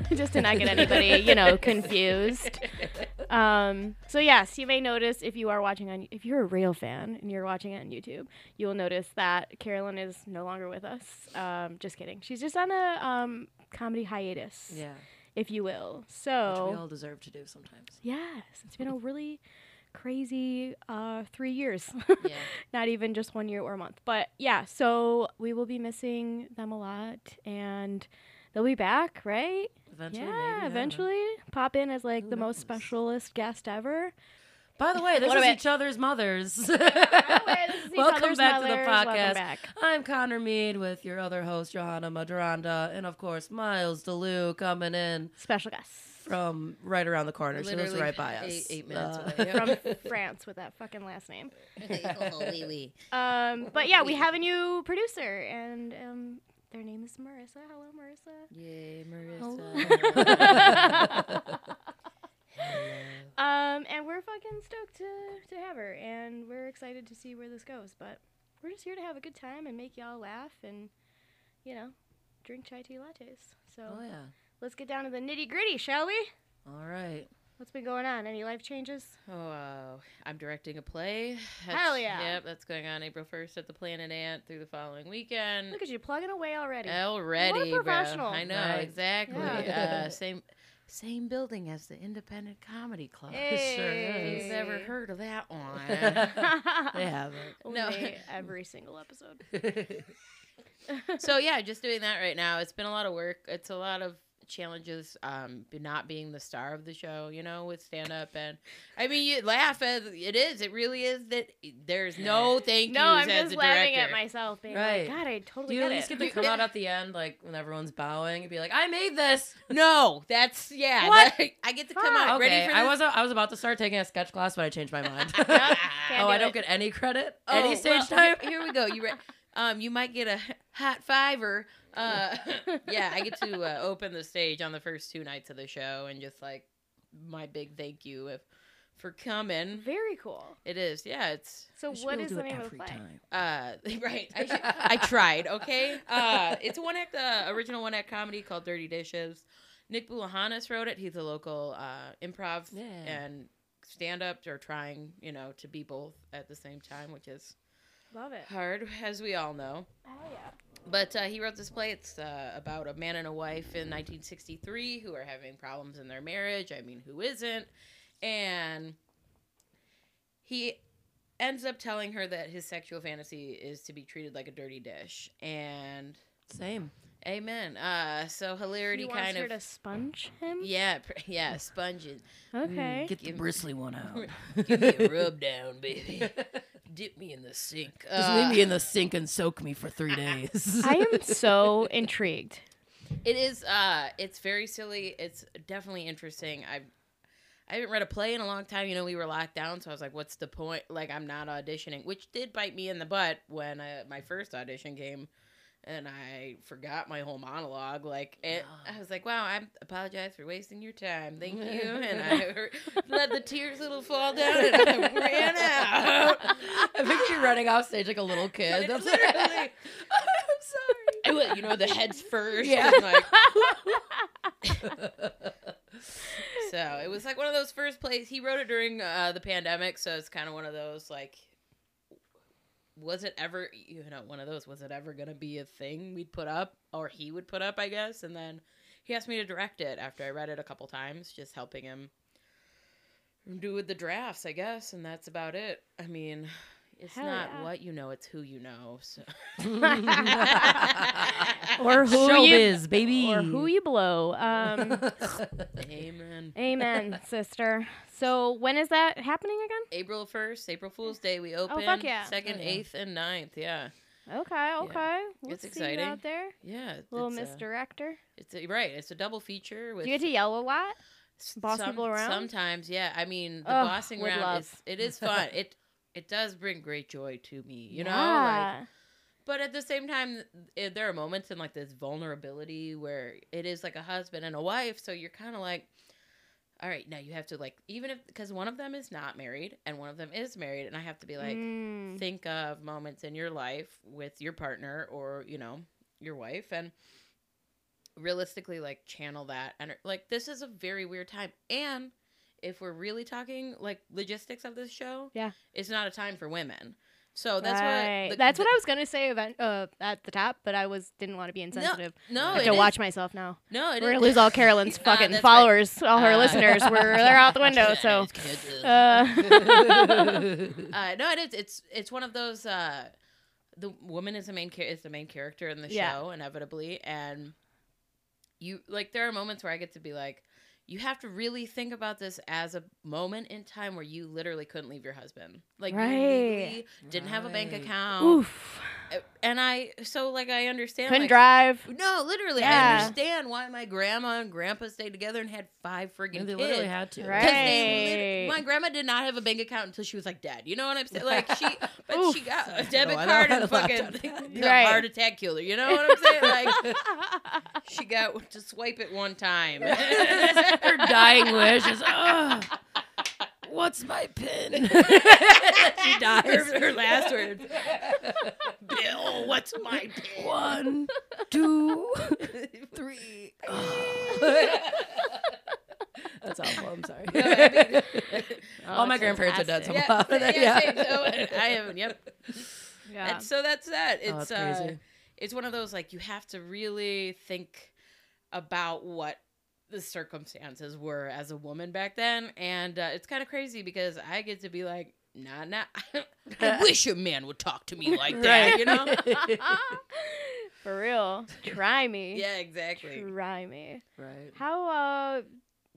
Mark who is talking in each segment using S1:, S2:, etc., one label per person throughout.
S1: just to not get anybody, you know, confused. Um, so yes, you may notice if you are watching on, if you're a real fan and you're watching it on YouTube, you will notice that Carolyn is no longer with us. Um, just kidding, she's just on a um, comedy hiatus,
S2: Yeah.
S1: if you will.
S2: Which we
S1: So
S2: all deserve to do sometimes.
S1: yes, it's been a really crazy uh, three years.
S2: Yeah.
S1: not even just one year or a month. But yeah, so we will be missing them a lot and they'll be back, right?
S2: Eventually.
S1: yeah,
S2: maybe, I don't know.
S1: eventually pop in as like
S2: Who
S1: the most
S2: knows?
S1: specialist guest ever.
S2: By the way, this
S1: What
S2: is
S1: a bit.
S2: each other's mothers.
S1: this is each
S2: Welcome
S1: other's
S2: back to the
S1: mothers.
S2: podcast.
S1: Welcome back.
S2: I'm Connor Mead with your other host, Johanna Maduranda, and of course, Miles DeLue coming in
S1: Special guest
S2: from right around the corner. she
S3: Literally
S2: lives right by us.
S3: eight- eight minutes
S2: Uh,
S3: away.
S1: from France with that fucking last name.
S3: Holy wee.
S1: Um, but yeah, we have a new producer and um, their name is Marissa. Hello, Marissa.
S3: Yay,
S1: Um, and we're fucking stoked to, to have her, and we're excited to see where this goes. But we're just here to have a good time and make y'all laugh and, you know, drink chai tea lattes. So
S2: oh, yeah.
S1: let's get down to the nitty gritty, shall we?
S2: All right.
S1: What's been going on? Any life changes?
S3: Oh, wow. I'm directing a play.
S1: Hell yeah.
S3: Yep, that's going on April 1st at the Planet Ant through the following weekend.
S1: Look at you plugging away already.
S3: Uh, Already,
S1: What a
S3: bruh.
S1: professional.
S3: I know
S2: Right.
S3: exactly.
S2: Yeah.
S3: Uh, same, same building as the Independent Comedy Club.
S1: Hey.
S3: Who's ever heard of that one?
S2: they haven't.
S3: No.
S1: Only every single episode.
S3: so yeah, just doing that right now. It's been a lot of work. It's a lot of challenges. Um, b- not being the star of the show, you know, with stand up, and I mean, you laugh as it is. It really is that there's no thank
S1: No,
S3: yous
S1: I'm
S3: as
S1: just
S3: a
S1: laughing at
S3: director.
S1: myself, being
S2: Right.
S1: like, God, I
S2: Do
S1: totally
S2: you at
S1: get
S2: least
S1: it.
S2: get to come out at the end, like when everyone's bowing, and be like, "I made this."
S3: No, that's yeah.
S2: What?
S3: that- I get to
S1: Fuck.
S3: come out
S2: Okay,
S3: ready for this.
S2: I was I was about to start taking a sketch class, but I changed my mind.
S1: Yep,
S2: oh,
S1: can't
S2: I
S1: do
S2: don't
S1: it.
S2: get any credit,
S3: Oh,
S2: any stage
S3: well,
S2: time.
S3: he- Here we go. You re- um, you might get a hot fiver. Uh, yeah, I get to uh, open the stage on the first two nights of the show, and just like my big thank you if, for coming.
S1: Very cool.
S3: It is, yeah. It's
S1: So,
S2: She
S1: what
S2: will
S1: is
S2: do
S1: the
S2: it
S1: name of the
S2: every
S1: play?
S2: time.
S3: uh, right. I, should, I tried. Okay. Uh, it's a one act uh, original one act comedy called Dirty Dishes. Nick Bulahanis wrote it. He's a local uh, improv
S2: Yeah.
S3: and stand up or trying, you know, to be both at the same time, which is
S1: Love it.
S3: hard, as we all know.
S1: Hell yeah.
S3: But uh, he wrote this play. It's uh, about a man and a wife in 1963 who are having problems in their marriage. I mean, who isn't? And he ends up telling her that his sexual fantasy is to be treated like a dirty dish. And
S2: Same.
S3: amen. Uh, so hilarity
S1: He wants
S3: kind
S1: her
S3: of.
S1: to sponge him.
S3: yeah, pr- yeah, sponges.
S1: Okay.
S2: Mm, Get the
S3: Give-
S2: bristly one out.
S3: Give me a rub down, baby. Dip me in the sink. Uh,
S2: Just leave me in the sink and soak me for three days.
S1: I am so intrigued.
S3: It is. Uh, it's very silly. It's definitely interesting. I, I haven't read a play in a long time. You know, we were locked down, so I was like, "What's the point?" Like, I'm not auditioning, which did bite me in the butt when I, my first audition came, and I forgot my whole monologue. Like, it,
S2: Yeah.
S3: I was like, "Wow, I apologize for wasting your time. Thank you." And I let the tears little fall down, and I ran out.
S2: I picture running off stage like a little kid. That's
S3: It's literally-
S2: I'm
S3: I went, you know, the heads first.
S2: Yeah.
S3: and, like,
S2: sorry.
S3: So it was like one of those first plays. He wrote it during uh, the pandemic, so it's kind of one of those like, was it ever you know one of those was it ever gonna be a thing we'd put up or he would put up, I guess. And then he asked me to direct it after I read it a couple times, just helping him do with the drafts, I guess. And that's about it. I mean, it's
S1: Hell
S3: not
S1: yeah.
S3: what you know, it's who you know. So.
S1: Or who you
S2: Showbiz, baby.
S1: or who you blow. Um,
S3: Amen.
S1: amen, sister. So when is that happening again?
S3: April 1st, April Fool's Day, we open.
S1: fuck yeah.
S3: 2nd,
S2: Oh, yeah.
S3: 8th, and 9th. Yeah.
S1: Okay, okay. We'll
S3: It's
S1: see you
S3: exciting.
S1: out there.
S3: Yeah.
S1: Little
S3: it's uh, a-
S1: misdirector.
S3: it's a, right. It's a double feature with
S1: Do you get to yell a lot?
S3: s-
S1: boss people around?
S3: Sometimes, yeah. I mean, the
S1: Ugh,
S3: bossing
S1: would
S3: round
S1: love.
S3: is it is fun. it it does bring great joy to me, you know? Like,
S1: Yeah.
S3: but at the same time, eh, there are moments in like this vulnerability where it is like a husband and a wife, so you're kind of like all right, now you have to like even if cuz one of them is not married and one of them is married and I have to be like
S1: Mm.
S3: think of moments in your life with your partner or you know your wife and realistically like channel that and like this is a very weird time and if we're really talking like logistics of this show
S1: Yeah.
S3: it's not a time for women so that's
S1: right.
S3: what the-
S1: that's
S3: the-
S1: what I was gonna say event, uh, at the top, but I was didn't want to be insensitive.
S3: no
S1: I have
S3: it
S1: to
S3: is.
S1: watch myself now.
S3: no it
S1: We're
S3: is.
S1: gonna lose all Carolyn's
S3: Ah,
S1: fucking
S3: that's right.
S1: followers, all her
S3: Ah.
S1: listeners. We're they're out the window. So, uh,
S2: That's
S3: uh, no, it is. It's it's one of those. Uh, the woman is the main char- is the main character in the
S1: Yeah.
S3: show inevitably, and you like there are moments where I get to be like, you have to really think about this as a moment in time where you literally couldn't leave your husband, like you
S1: Right.
S3: legally didn't have a bank
S2: Right.
S3: account,
S1: oof,
S3: and I so like I understand
S1: couldn't
S3: like,
S1: drive.
S3: No, literally, I
S1: Yeah.
S3: understand why my grandma and grandpa stayed together and had five friggin'
S2: they
S3: kids.
S2: literally had to.
S1: Right.
S3: 'Cause they lit-
S1: Right.
S3: my grandma did not have a bank account until she was like dead. You know what I'm saying? Like she, but
S1: Oof.
S3: she got a
S2: Sorry,
S3: debit
S2: no, I don't
S3: card
S2: have
S3: and
S2: a laptop.
S3: fucking the
S1: Right.
S3: heart attack killer. You know what I'm saying? Like she got to swipe it one time.
S2: Her dying wish is, oh, what's my pin? she dies.
S3: Her, her last word. Bill, what's my pin?
S2: One, two, three. That's awful. I'm sorry.
S3: No, I
S2: All my
S1: that's
S2: grandparents are dead,
S1: fantastic.
S2: so-
S3: Yeah, yeah,
S2: Yeah.
S3: same. So, I haven't. Yep.
S1: Yeah.
S3: And so that's that. It's
S2: Oh, that's
S3: uh,
S2: crazy.
S3: it's one of those like you have to really think about what the circumstances were as a woman back then, and uh, it's kind of crazy because I get to be like, nah, nah. I wish a man would talk to me like that,
S2: Right.
S3: you know?
S1: For real, try me.
S3: yeah, exactly.
S1: Try me.
S2: Right.
S1: How uh,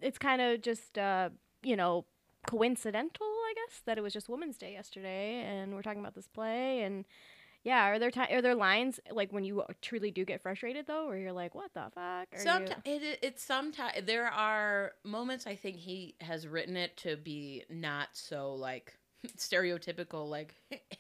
S1: it's kind of just uh, you know coincidental, I guess, that it was just Women's Day yesterday, and we're talking about this play, and yeah, are there ti are there lines like when you truly do get frustrated though, where you're like, what the fuck? Are you-
S3: Sometimes it, it's sometimes there are moments I think he has written it to be not so like stereotypical, like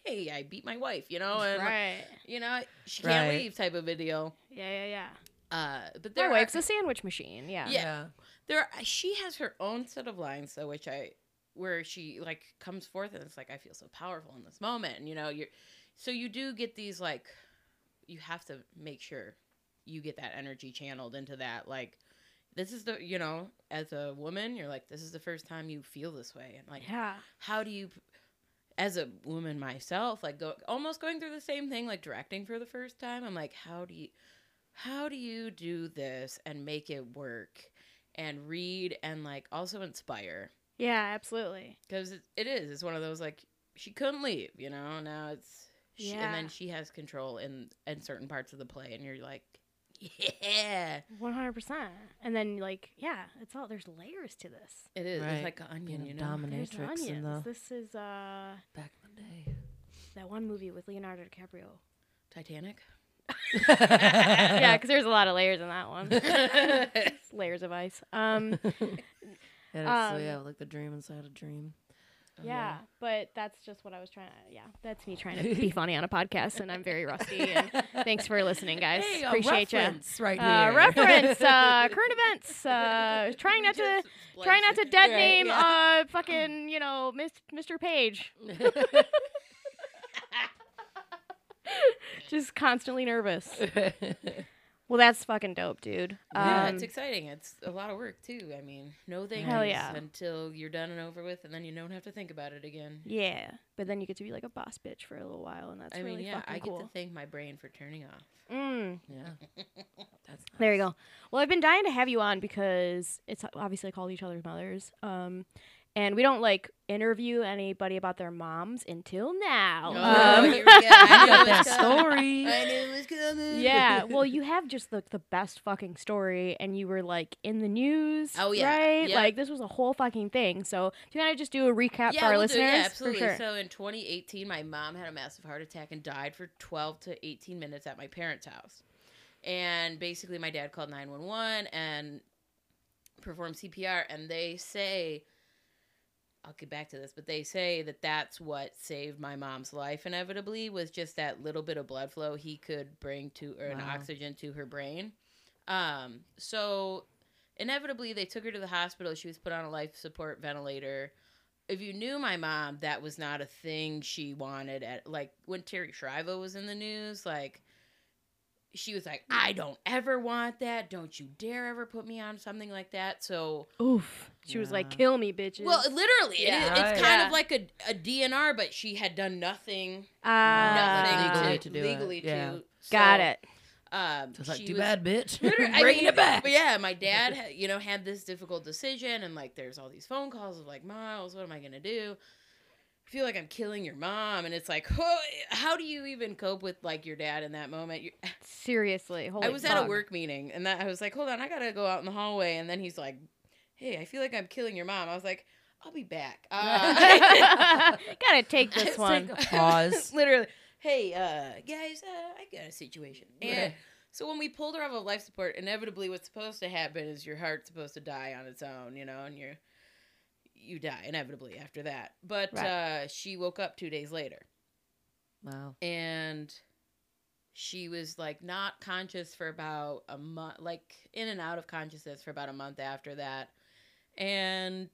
S3: hey, I beat my wife, you know, and
S1: right?
S3: you know she can't
S2: Right.
S3: leave type of video.
S1: Yeah, yeah, yeah.
S3: Uh, but
S1: Their
S3: there
S1: wife's
S3: are,
S1: a sandwich machine. Yeah.
S3: Yeah. there she has her own set of lines though, which I where she like comes forth and it's like I feel so powerful in this moment, and you know you're so you do get these like you have to make sure you get that energy channeled into that like this is the you know as a woman you're like this is the first time you feel this way and like
S1: Yeah.
S3: how do you as a woman myself like go almost going through the same thing like directing for the first time i'm like how do you how do you do this and make it work and read and like also inspire
S1: Yeah, absolutely.
S3: because it, it is it's one of those like she couldn't leave you know now it's she, and
S1: Yeah.
S3: then she has control in in certain parts of the play and you're like yeah
S1: 100%. And then like, yeah, it's all there's layers to this.
S3: it is
S2: Right.
S3: it's like an onion
S2: Being a
S3: you know
S1: There's
S2: dominatrix in
S1: onions.
S2: the
S1: This is uh
S2: back in the
S1: that one movie with Leonardo DiCaprio.
S3: titanic
S1: yeah,
S2: day.
S1: cuz there's a lot of layers in that one. It's layers of ice.
S2: And
S1: Um
S2: it's, so
S1: Um,
S2: yeah, like the dream inside a dream.
S3: Oh,
S1: yeah, but that's just what I was trying to yeah, that's me trying to be funny on a podcast and I'm very rusty and thanks for listening guys.
S3: Uh,
S2: Hey, a
S1: Appreciate you.
S2: reference right
S1: Uh,
S2: here.
S1: reference uh, current events uh, trying
S3: We
S1: not to
S3: just
S1: Try not to
S3: spliced
S1: dead
S2: Right,
S1: name
S2: yeah.
S1: uh fucking you know Miss, Mr. Page. Just constantly nervous. Well, that's fucking dope, dude.
S3: Yeah,
S1: Um,
S3: it's exciting. It's a lot of work too. I mean, no thank
S1: Hell
S3: yous
S1: yeah.
S3: until you're done and over with, and then you don't have to think about it again.
S1: yeah, but then you get to be like a boss bitch for a little while, and that's
S3: I
S1: really
S3: mean, yeah,
S1: fucking
S3: I
S1: cool.
S3: get to thank my brain for turning off.
S1: Mm,
S2: yeah. That's
S1: there you go. Well, I've been dying to have you on because it's obviously called each other's mothers. Um, and we don't like interview anybody about their moms until now.
S3: Oh,
S1: Um,
S3: here we go. I
S2: I
S3: knew it
S2: got
S3: was
S2: that
S3: coming.
S2: story.
S3: I knew it was coming.
S1: yeah. Well, you have just like the best fucking story, and you were like in the news.
S3: Oh, yeah.
S1: right.
S3: Yeah.
S1: Like this was a whole fucking thing. So do you want to just do a recap
S3: Yeah,
S1: for our
S3: we'll do-
S1: listeners?
S3: yeah, absolutely.
S1: For sure.
S3: So in 2018, my mom had a massive heart attack and died for 12 to 18 minutes at my parents' house. And basically, my dad called 911 and performed CPR. And they say, I'll get back to this, but they say that that's what saved my mom's life inevitably was just that little bit of blood flow he could bring to or an
S2: Wow.
S3: oxygen to her brain. Um, so inevitably, they took her to the hospital. She was put on a life support ventilator if you knew my mom, that was not a thing she wanted. At like when Terry Shriver was in the news, like she was like, I don't ever want that. Don't you dare ever put me on something like that. So,
S1: Oof. She was like,
S2: Yeah.
S1: "Kill me, bitches."
S3: well, literally, it is,
S2: Yeah.
S3: it's
S2: Right.
S3: kind
S1: Yeah.
S3: of like a, a DNR, but she had done nothing,
S1: Ah,
S3: nothing
S2: Legally
S3: legally
S2: to
S3: to,
S2: do it.
S3: legally to.
S2: Yeah.
S1: got
S3: So,
S1: it.
S3: Um,
S2: So it's like,
S3: she
S2: too
S3: was-
S2: bad, bitch.
S3: Literally, I
S2: Bringing
S3: mean,
S2: it back.
S3: But yeah, my dad, ha- you know, had this difficult decision, and like, there's all these phone calls of like, Miles, what am I gonna do? I feel like I'm killing your mom, and it's like, how do you even cope with like your dad in that moment? You-
S1: Seriously, holy
S3: I was
S1: fuck.
S3: at a work meeting, and that I was like, hold on, I gotta go out in the hallway, and then he's like, hey, I feel like I'm killing your mom. I was like, I'll be back. Uh,
S1: Gotta take this
S3: It's
S1: one.
S3: like-
S2: Pause.
S3: Literally, hey uh, guys, uh, I got a situation. And so when we pulled her off of life support, inevitably, what's supposed to happen is your heart's supposed to die on its own, you know, and you're you die inevitably after that. But
S1: Right.
S3: uh, she woke up two days later,
S2: Wow.
S3: and she was like not conscious for about a month, like in and out of consciousness for about a month after that, and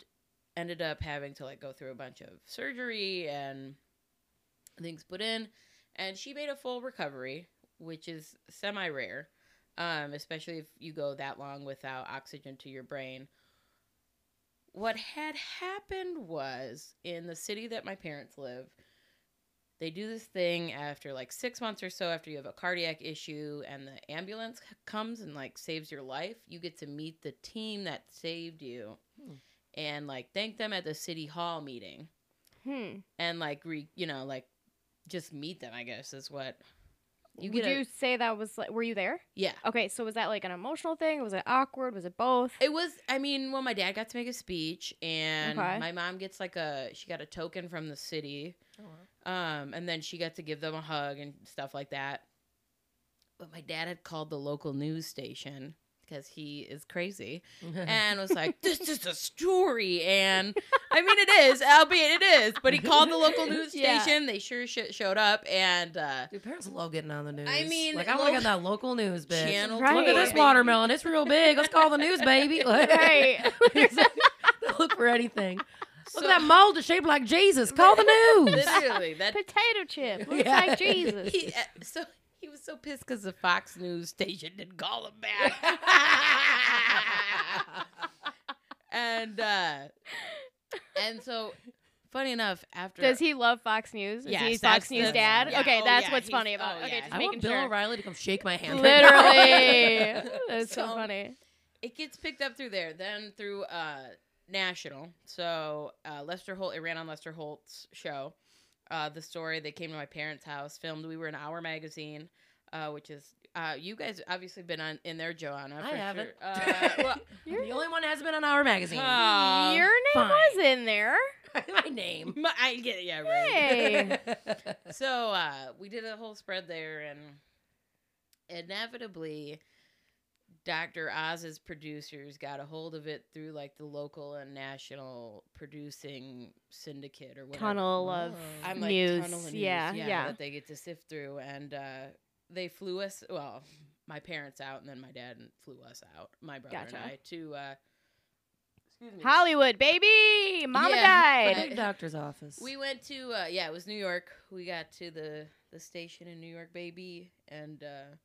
S3: ended up having to like go through a bunch of surgery and things put in and she made a full recovery which is semi rare um, especially if you go that long without oxygen to your brain what had happened was in the city that my parents live they do this thing after like six months or so after you have a cardiac issue and the ambulance c- comes and like saves your life you get to meet the team that saved you
S2: Hmm.
S3: and like thank them at the city hall meeting
S1: Hmm.
S3: and like re you know like just meet them i guess is what you
S1: Would
S3: get a-
S1: you say that was like? Were you there?
S3: yeah
S1: Okay, so was that like an emotional thing? Was it awkward? Was it both?
S3: it was i mean well my dad got to make a speech and
S1: Okay.
S3: my mom gets like a she got a token from the city um and then she got to give them a hug and stuff like that but my dad had called the local news station because he is crazy and was like, "This is a story." And I mean, it is, albeit it is. But he called the local news
S1: Yeah.
S3: station. They sure shit showed up, and uh,
S2: Dude, parents love getting on the news.
S3: I mean,
S2: like I want to
S3: local-
S2: get on that local news, bitch.
S3: Channel
S1: Right.
S2: Look at
S3: 4,
S2: this
S3: baby.
S2: watermelon; it's real big. Let's call the news, baby. Like,
S1: Right.
S2: it's like, they'll look for anything.
S3: So-
S2: Look at that mold that's shaped like Jesus. Call the news.
S3: Literally, that
S1: Potato chip. Looks
S2: Yeah.
S1: like Jesus.
S3: he, uh, so he was so pissed because the Fox News station didn't call him back. and uh, and so, funny enough, after
S1: Does he love Fox News? Is
S3: Yes,
S1: he
S3: that's
S1: Fox News
S3: the-
S1: dad?
S3: yeah,
S1: okay,
S3: oh,
S1: that's
S3: yeah,
S1: what's
S3: he's-
S1: funny about
S3: oh,
S1: it. Okay,
S3: yeah.
S1: just
S2: I want
S1: making
S2: Bill
S1: sure.
S2: O'Reilly to come shake my hand. right now.
S1: Literally. That's so,
S3: So-
S1: funny.
S3: it gets picked up through there, then through uh, national. So uh, Lester Holt, it ran on Lester Holt's show. Uh, the story they came to my parents' house, filmed. We were in Our Magazine, uh, which is uh, you guys obviously been on in there, Joanna.
S2: I
S3: for
S2: haven't.
S3: Sure. Uh, well,
S1: Your,
S2: the only one that hasn't been on our magazine.
S3: uh,
S1: your name
S2: fine.
S1: was in there.
S2: my name.
S3: my- I get it, yeah, right.
S1: Hey.
S3: so uh, we did a whole spread there, and inevitably, Dr. Oz's producers got a hold of it through like the local and national producing syndicate or whatever.
S1: Tunnel of
S2: Whoa.
S3: I'm like
S1: news.
S3: tunnel of news,
S1: Yeah,
S3: yeah,
S1: yeah.
S3: that they get to sift through, and uh, they flew us. Well, my parents out, and then my dad flew us out, my brother
S1: Gotcha.
S3: and I, to. Uh, excuse me.
S1: Hollywood, baby. Mama
S3: Yeah.
S1: died.
S2: Big doctor's office. Hmm.
S3: We went to uh, yeah, it was New York. We got to the the station in New York, baby, and uh,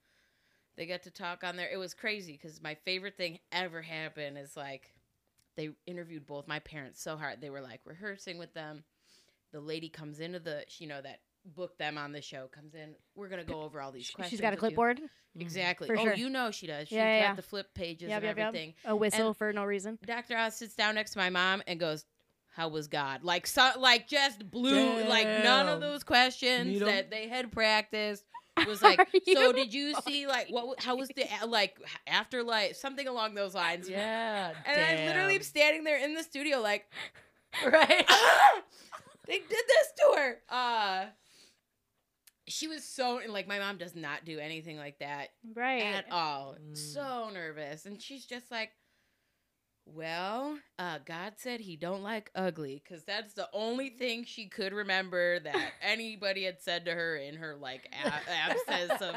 S3: they got to talk on there. It was crazy because my favorite thing ever happened is like they interviewed both my parents so hard. They were like rehearsing with them. The lady comes into the you know that booked them on the show comes in. We're gonna go over all these questions.
S1: She's got a
S3: with you."
S1: clipboard,
S3: Exactly.
S1: For
S3: oh,
S1: sure.
S3: you know she does. She's
S1: Yeah, yeah,
S3: got
S1: yeah.
S3: the flip pages
S1: Yep,
S3: and
S1: yep, yep.
S3: everything.
S1: a whistle
S3: And-
S1: for no reason.
S3: Dr. Oz sits down next to my mom and goes, "How was God?" Like so, like just blew like none
S2: Damn.
S3: of those questions
S2: Need 'em?
S3: that they had practiced was like.
S1: Are you
S3: so did you see like what? w- How was the a- like afterlife? Something along those lines.
S2: Yeah.
S3: And I literally am standing there in the studio like,
S2: right.
S3: they did this to her. Uh, she was so and like my mom does not do anything like that
S1: Right.
S3: at all.
S2: Mm.
S3: So nervous, and she's just like, "Well, uh, God said He don't like ugly, because that's the only thing she could remember that anybody had said to her in her like a- abscess of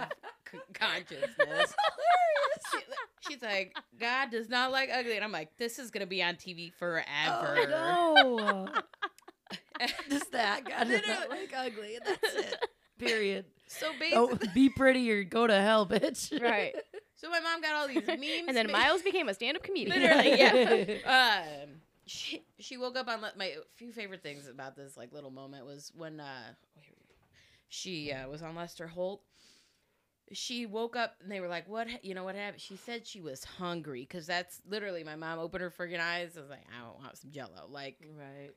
S3: c- consciousness." She- she's like, "God does not like ugly," and I'm like, "This is gonna be on TV forever."
S2: Oh, no. Just that. God,
S3: Literally.
S2: not like ugly. and That's it. Period.
S3: So
S2: Oh,
S3: basically,
S2: be pretty or go to hell, bitch.
S1: Right.
S3: so my mom got all these memes,
S1: And then
S3: made-
S1: Miles became a stand-up comedian.
S3: Literally, yeah. um, she she woke up on le- my few favorite things about this like little moment was when uh she uh, was on Lester Holt. She woke up and they were like, "What? ha- You know what happened?" She said she was hungry because that's literally my mom opened her friggin' eyes. I was like, "I don't want some Jello." Like,
S2: Right.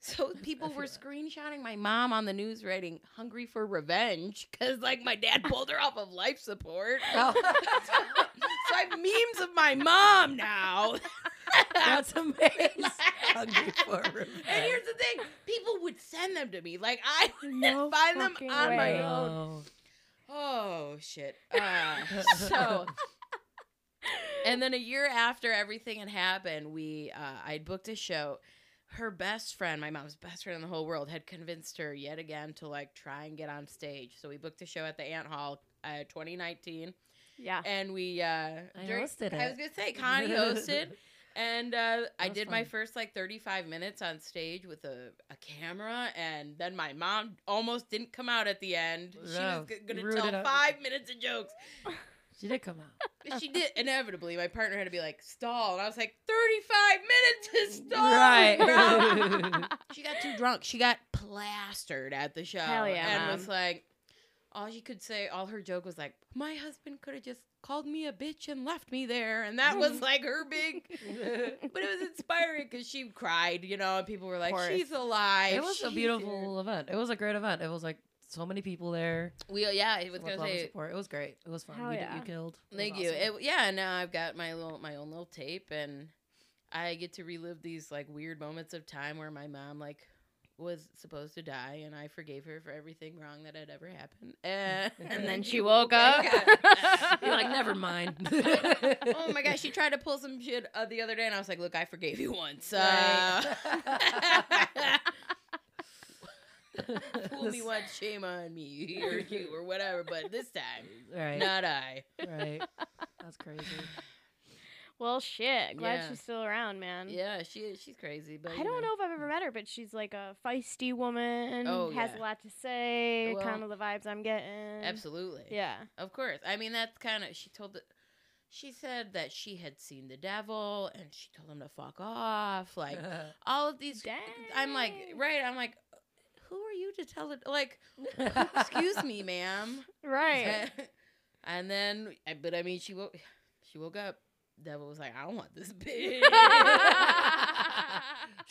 S3: so people
S2: feel
S3: were
S2: that.
S3: screenshotting my mom on the news, writing "Hungry for revenge" because like my dad pulled her off of life support. so I have memes of my mom now.
S2: That's amazing. Hungry for revenge.
S3: And here's the thing: people would send them to me. Like I would
S1: No
S3: find them
S1: fucking
S3: on my
S1: way.
S3: own.
S2: Oh.
S3: Oh shit! Uh, so, and then a year after everything had happened, we uh, I booked a show. Her best friend, my mom's best friend in the whole world, had convinced her yet again to like try and get on stage. So we booked a show at the Ant Hall, uh, 2019,
S1: Yeah.
S3: and we. Uh,
S2: I
S3: during-
S2: hosted
S3: I
S2: it.
S3: was gonna say Connie hosted. And uh, I
S2: was
S3: did my
S2: fun.
S3: first like 35 minutes on stage with a, a camera, and then my mom almost didn't come out at the end. She
S2: No,
S3: was g-
S2: you
S3: gonna
S2: ruined
S3: tell
S2: it up.
S3: five minutes of jokes.
S2: She did come out.
S3: But She did inevitably. My partner had to be like, stall. And I was like, 35 minutes to stall. bro." she got too drunk. She got plastered at the show.
S1: Hell yeah,
S3: And
S1: Mom.
S3: was like, all she could say, all her joke was like, my husband could have just called me a bitch and left me there. And that was like her big but it was inspiring because she cried, you know, and people were like,
S1: course.
S3: "She's alive."
S2: it was a
S3: she's
S2: beautiful event. It was a great event. It was like so many people there.
S3: here." We yeah, I was
S2: with
S3: gonna
S2: love and
S3: say
S2: support. It was great. It was fun.
S1: Hell
S2: you, did-
S1: yeah.
S2: you killed. It was
S3: thank you.
S2: awesome.
S3: It, yeah, and now I've got my little my own little tape, and I get to relive these like weird moments of time where my mom like was supposed to die, and I forgave her for everything wrong that had ever happened, and,
S1: And then she woke up.
S2: You're like, never mind.
S3: Oh my gosh, she tried to pull some shit uh, the other day, and I was like, "Look, I forgave you once." Uh,
S2: Right.
S3: Fool me
S2: This-
S3: once, shame on me, or you, or whatever. But this time,
S2: Right.
S3: not I.
S2: Right. That's crazy.
S1: Well, shit. Glad
S3: Yeah.
S1: she's still around, man.
S3: Yeah, she she's crazy, but
S1: I don't know if I've ever met her, but she's like a feisty woman.
S3: Oh,
S1: has
S3: yeah.
S1: a lot to say.
S3: Well,
S1: kind of the vibes I'm getting.
S3: Absolutely.
S1: Yeah.
S3: Of course. I mean, that's kind of she told. The, she said that she had seen the devil, and she told him to fuck off. Like all of these. I'm like
S1: Dang.
S3: right. I'm like, who are you to tell it? Like, excuse me, ma'am.
S1: Right.
S3: and then, I- but I mean, she woke. She woke up. Devil was like, I don't want this bitch.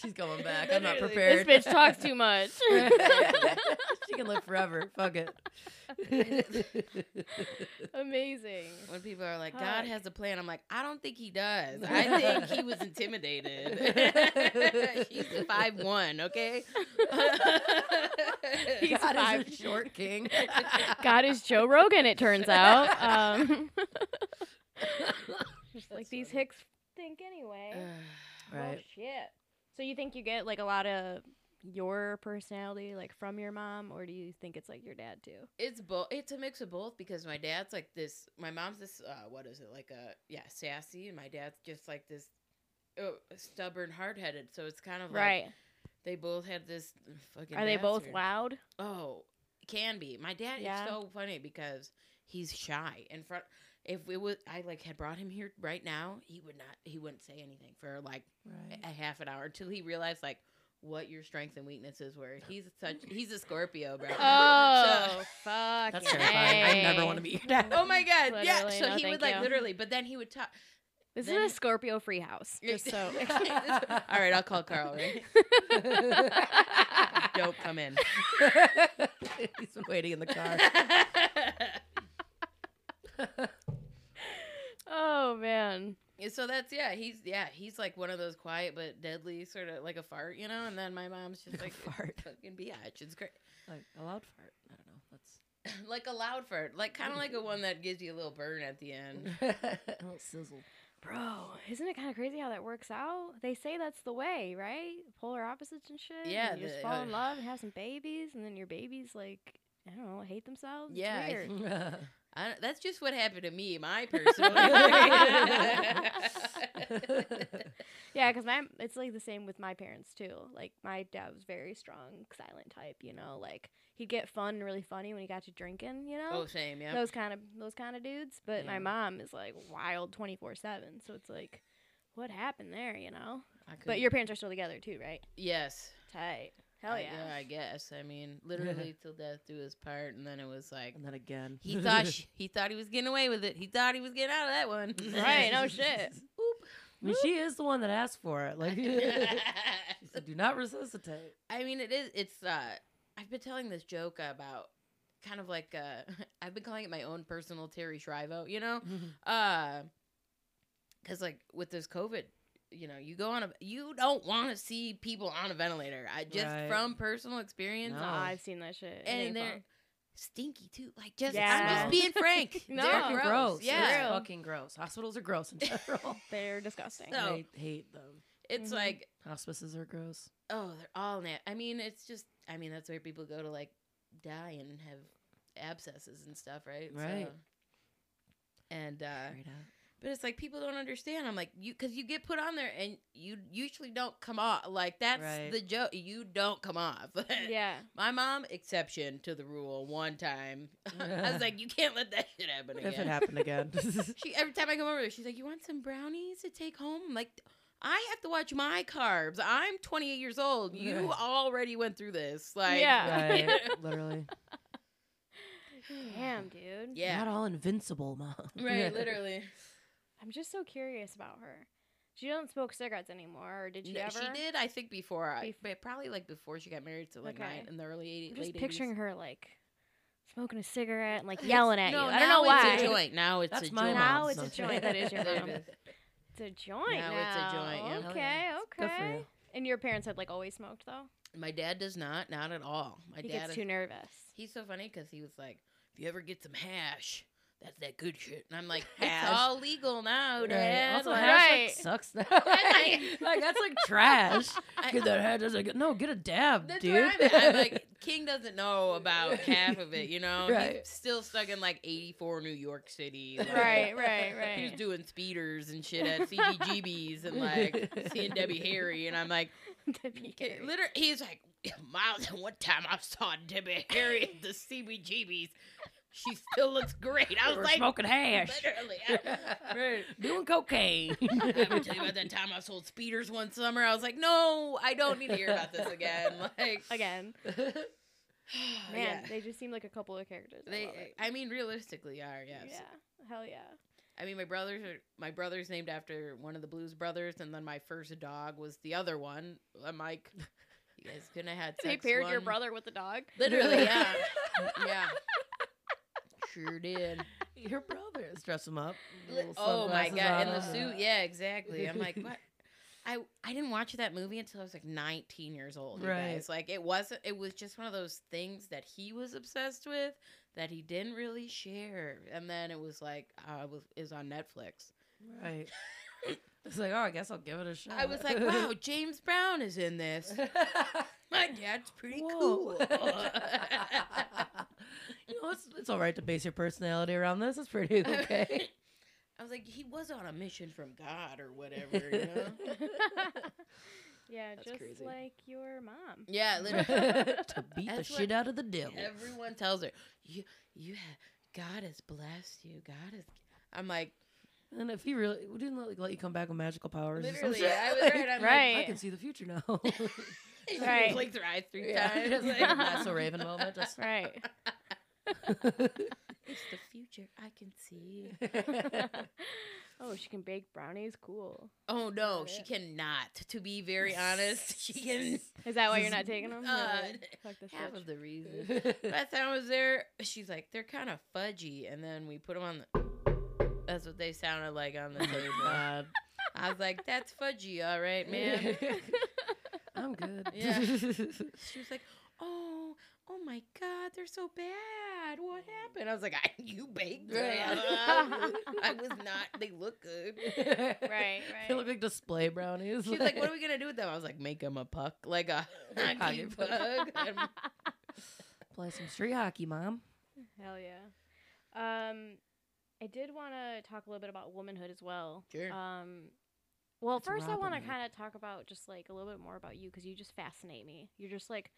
S2: She's going back. I'm not
S3: Literally,
S2: prepared.
S1: this bitch talks too much.
S2: she can live forever. Fuck it.
S1: Amazing.
S3: when people are like,
S1: Fuck.
S3: God has a plan, I'm like, I don't think he does. I think he was intimidated. He's five one, okay?
S1: He's
S2: God
S1: five.
S2: is a short king.
S1: God is Joe Rogan, it turns out. Um, just like
S3: That's
S1: these
S3: funny.
S1: hicks think anyway.
S2: Uh, right.
S1: Oh shit. So you think you get like a lot of your personality like from your mom, or do you think it's like your dad too?
S3: it's both. It's a mix of both because my dad's like this. My mom's this. Uh, what is it like a yeah sassy, and my dad's just like this uh, stubborn, hard headed. So it's kind of like
S1: right.
S3: they both had this mm, fucking.
S1: Are they both
S3: bastard.
S1: loud?
S3: Oh, can be. My dad
S1: Yeah.
S3: is so funny because he's shy in front. If it was, I like had brought him here right now, he would not. He wouldn't say anything for like
S2: Right.
S3: a half an hour until he realized like what your strengths and weaknesses were. He's such. He's a Scorpio, bro.
S1: Oh,
S3: So-
S1: fuck.
S2: That's terrifying. I never want to meet your dad.
S3: oh my god. yeah.
S1: Literally,
S3: So
S1: no,
S3: he
S1: thank
S3: would like
S1: you.
S3: Oh. literally, but then he would talk.
S1: This
S3: Then-
S1: is a Scorpio free house. Just so.
S3: All right, I'll call Carl. Right? Don't come in.
S2: He's been waiting in the car.
S1: oh man.
S3: Yeah, So that's yeah, he's yeah, he's like one of those quiet but deadly sort of like a fart, you know. And then my mom's just
S2: Like
S3: like
S2: a fart.
S3: fucking biatch. It's great,
S2: Like a loud fart. I don't know. That's
S3: like a loud fart, like kind of like a one that gives you a little burn at the end.
S2: a little sizzle.
S1: Bro, isn't it kind of crazy how that works out? They say that's the way, right? Polar opposites and shit.
S3: Yeah,
S1: and you just
S3: the-
S1: fall in
S3: uh,
S1: love and have some babies, and then your babies like I don't know, hate themselves. It's
S3: Yeah, I
S1: weird.
S3: I, don't- that's just what happened to me, my personal. experience.
S1: Yeah, because my it's like the same with my parents too. Like my dad was very strong, silent type. You know, like he'd get fun and really funny when he got to drinking. You know,
S3: Oh, same. Yeah.
S1: those kind of those kind of dudes. But
S3: Yeah.
S1: my mom is like wild twenty four seven. So it's like, what happened there? You know.
S3: I could,
S1: But your parents are still together too, right?
S3: yes.
S1: Tight. Hell
S3: I-
S1: yeah.
S3: I guess. I mean, literally till death do his part, and then it was like
S2: And then again,
S3: he thought she, he thought he was getting away with it. He thought he was getting out of that one.
S1: Right,
S2: Oh,
S1: no shit.
S2: I mean, she is the one that asked for it. Like, she said, do not resuscitate.
S3: I mean, it is. It's. uh I've been telling this joke about kind of like uh I've been calling it my own personal Terry Shrivo. You know, uh, because like with this COVID. You know, you go on a you don't want to see people on a ventilator. I just
S2: Right.
S3: from personal experience,
S1: Oh,
S2: No.
S1: I've seen that shit. It ain't
S3: and they're
S1: fun.
S3: stinky too. Like just I'm
S1: Yeah.
S3: just being frank.
S1: No.
S3: They're
S2: Fucking gross.
S3: Yeah.
S1: True.
S2: It's fucking gross. Hospitals are gross in general.
S1: they're disgusting.
S3: So-
S2: I hate them.
S3: It's
S1: Mhm.
S3: like
S2: Hospices are gross.
S3: oh, they're all na I mean, it's just I mean that's where people go to like die and have abscesses and stuff, right?
S2: Right.
S3: and uh
S2: Straight up.
S3: but it's like people don't understand. I'm like you cuz you get put on there and you usually don't come off. Like that's
S2: Right.
S3: the joke. You don't come off.
S1: yeah.
S3: My mom exception to the rule one time. I was like you can't let that shit happen again.
S2: If it happened again.
S3: She every time I come over there, she's like, "You want some brownies to take home?" I'm like, I have to watch my carbs. I'm 28 years old. You
S2: Right.
S3: already went through this. Like,
S1: Yeah.
S2: right. Literally.
S1: Damn, dude.
S3: yeah,
S2: Not all invincible, mom.
S3: right, literally.
S1: I'm just so curious about her. She doesn't smoke cigarettes anymore, or did she
S3: No,
S1: ever?
S3: She did, I think, before I,
S1: Bef-
S3: but probably like before she got married to like
S1: Okay.
S3: nine in the early 80s.
S1: I'm just
S3: late 80s.
S1: picturing her like smoking a cigarette and like
S3: It's-
S1: yelling at
S3: no,
S1: you. I don't know
S3: now
S1: why.
S3: It's a joint. Now it's
S2: That's
S3: a
S2: my
S3: joint.
S1: Now
S2: mom's
S1: it's a
S2: not
S1: joint. That is your
S3: There it
S1: mom.
S3: is.
S1: It's a joint.
S3: Now it's a joint, yeah.
S2: Hell
S1: Okay.
S2: yeah. It's
S1: Okay.
S2: good for you.
S1: And your parents had like always smoked though.
S3: My dad does not. Not at all. My
S1: he
S3: dad
S1: gets
S3: is
S1: too nervous.
S3: He's so funny because he was like, if you ever get some hash, that's that good shit. And I'm like,
S2: Hash.
S3: it's all legal now,
S2: Right.
S3: Dad.
S2: Also,
S3: Like,
S2: hash
S1: Right.
S2: like, sucks now.
S3: like-
S2: like that's like trash.
S3: I-
S2: Get that hash. That's like no. Get a dab,
S3: that's
S2: dude.
S3: what I'm, I'm like, King doesn't know about half of it, you know?
S2: Right.
S3: He's still stuck in like 84 New York City. Like,
S1: right. Right. Right.
S3: He's doing speeders and shit at CBGB's and like seeing Debbie Harry. And I'm like,
S1: To be
S3: It,
S1: carried.
S3: literally, he's like, Miles, one time I saw Debbie Harry at the CBGB's. She still looks great. I was
S2: We're
S3: like,
S2: smoking hash.
S3: literally. I-
S2: Doing cocaine.
S3: I ever tell you about that time I sold speeders one summer? I was like, no, I don't need to hear about this again. Like
S1: Again, man,
S3: Oh, yeah.
S1: they just seem like a couple of characters. I love
S3: they,
S1: it.
S3: I mean, realistically, are yes.
S1: Yeah. Hell yeah.
S3: I mean, my brothers are my brother's named after one of the Blues Brothers, and then my first dog was the other one, uh, Mike. You guys couldn't have had
S1: They
S3: sex
S1: paired your
S3: one-
S1: brother with the dog.
S3: Literally, yeah, yeah. Sure did.
S2: Your brothers dress him up. Little
S3: Oh my
S2: sunglasses
S3: god, in
S2: on.
S3: the suit. Yeah, exactly. I'm like, what? I I didn't watch that movie until I was like 19 years old. You
S2: Right.
S3: guys. Like it wasn't. It was just one of those things that he was obsessed with that he didn't really share. And then it was like uh, it was is on Netflix.
S2: Right. It's like, oh, I guess I'll give it a shot.
S3: I was like, wow, James Brown is in this. My dad's pretty
S2: Whoa.
S3: cool.
S2: you know, it's, it's all right to base your personality around this. It's pretty okay.
S3: I was like, he was on a mission from God or whatever. You know?
S1: yeah,
S2: That's
S1: just
S2: crazy.
S1: like your mom.
S3: yeah, literally.
S2: to beat the
S3: That's what-
S2: shit out of the devil.
S3: Everyone tells her, "You, you, ha- God has blessed you. God has." I'm like,
S2: And if he really we didn't like, let you come back with magical powers, or some
S3: literally,
S2: shit,
S3: I was
S2: like,
S3: right. I'm
S1: Right.
S2: I can see the future now.
S3: Like,
S1: Right.
S3: right. Like her eyes three
S2: yeah,
S3: times.
S2: just like
S3: Like,
S2: a Lasso Raven moment. Just
S1: Right.
S3: it's the future. I can see.
S1: oh, she can bake brownies. Cool.
S3: Oh no,
S1: Got
S3: she
S1: it.
S3: cannot. To be very honest, she can.
S1: Is that why you're not taking them?
S3: Uh,
S1: Fuck this
S3: Half of
S1: bitch.
S3: the reason. By the time I was there, she's like, they're kind of fudgy, and then we put them on the. That's what they sounded like on the table.
S2: God.
S3: I was like, "That's fudgy, all right, man."
S2: I'm good.
S3: Yeah. She was like, "Oh, oh my God, they're so bad. What happened?" I was like, I, "You baked them. I was not. They look good."
S1: Right,
S2: They
S1: right.
S2: look like display brownies.
S3: She's like, "What are we gonna do with them?" I was like, "Make them a puck, like a hockey
S2: Hockey puck.
S3: puck." And-
S2: Play some street hockey, mom.
S1: Hell yeah. Um, I did want to talk a little bit about womanhood as well.
S3: Sure.
S1: Um, Well,
S2: It's
S1: first I want to
S2: Robin Hood.
S1: kind of talk about just like a little bit more about you because you just fascinate me. You're just like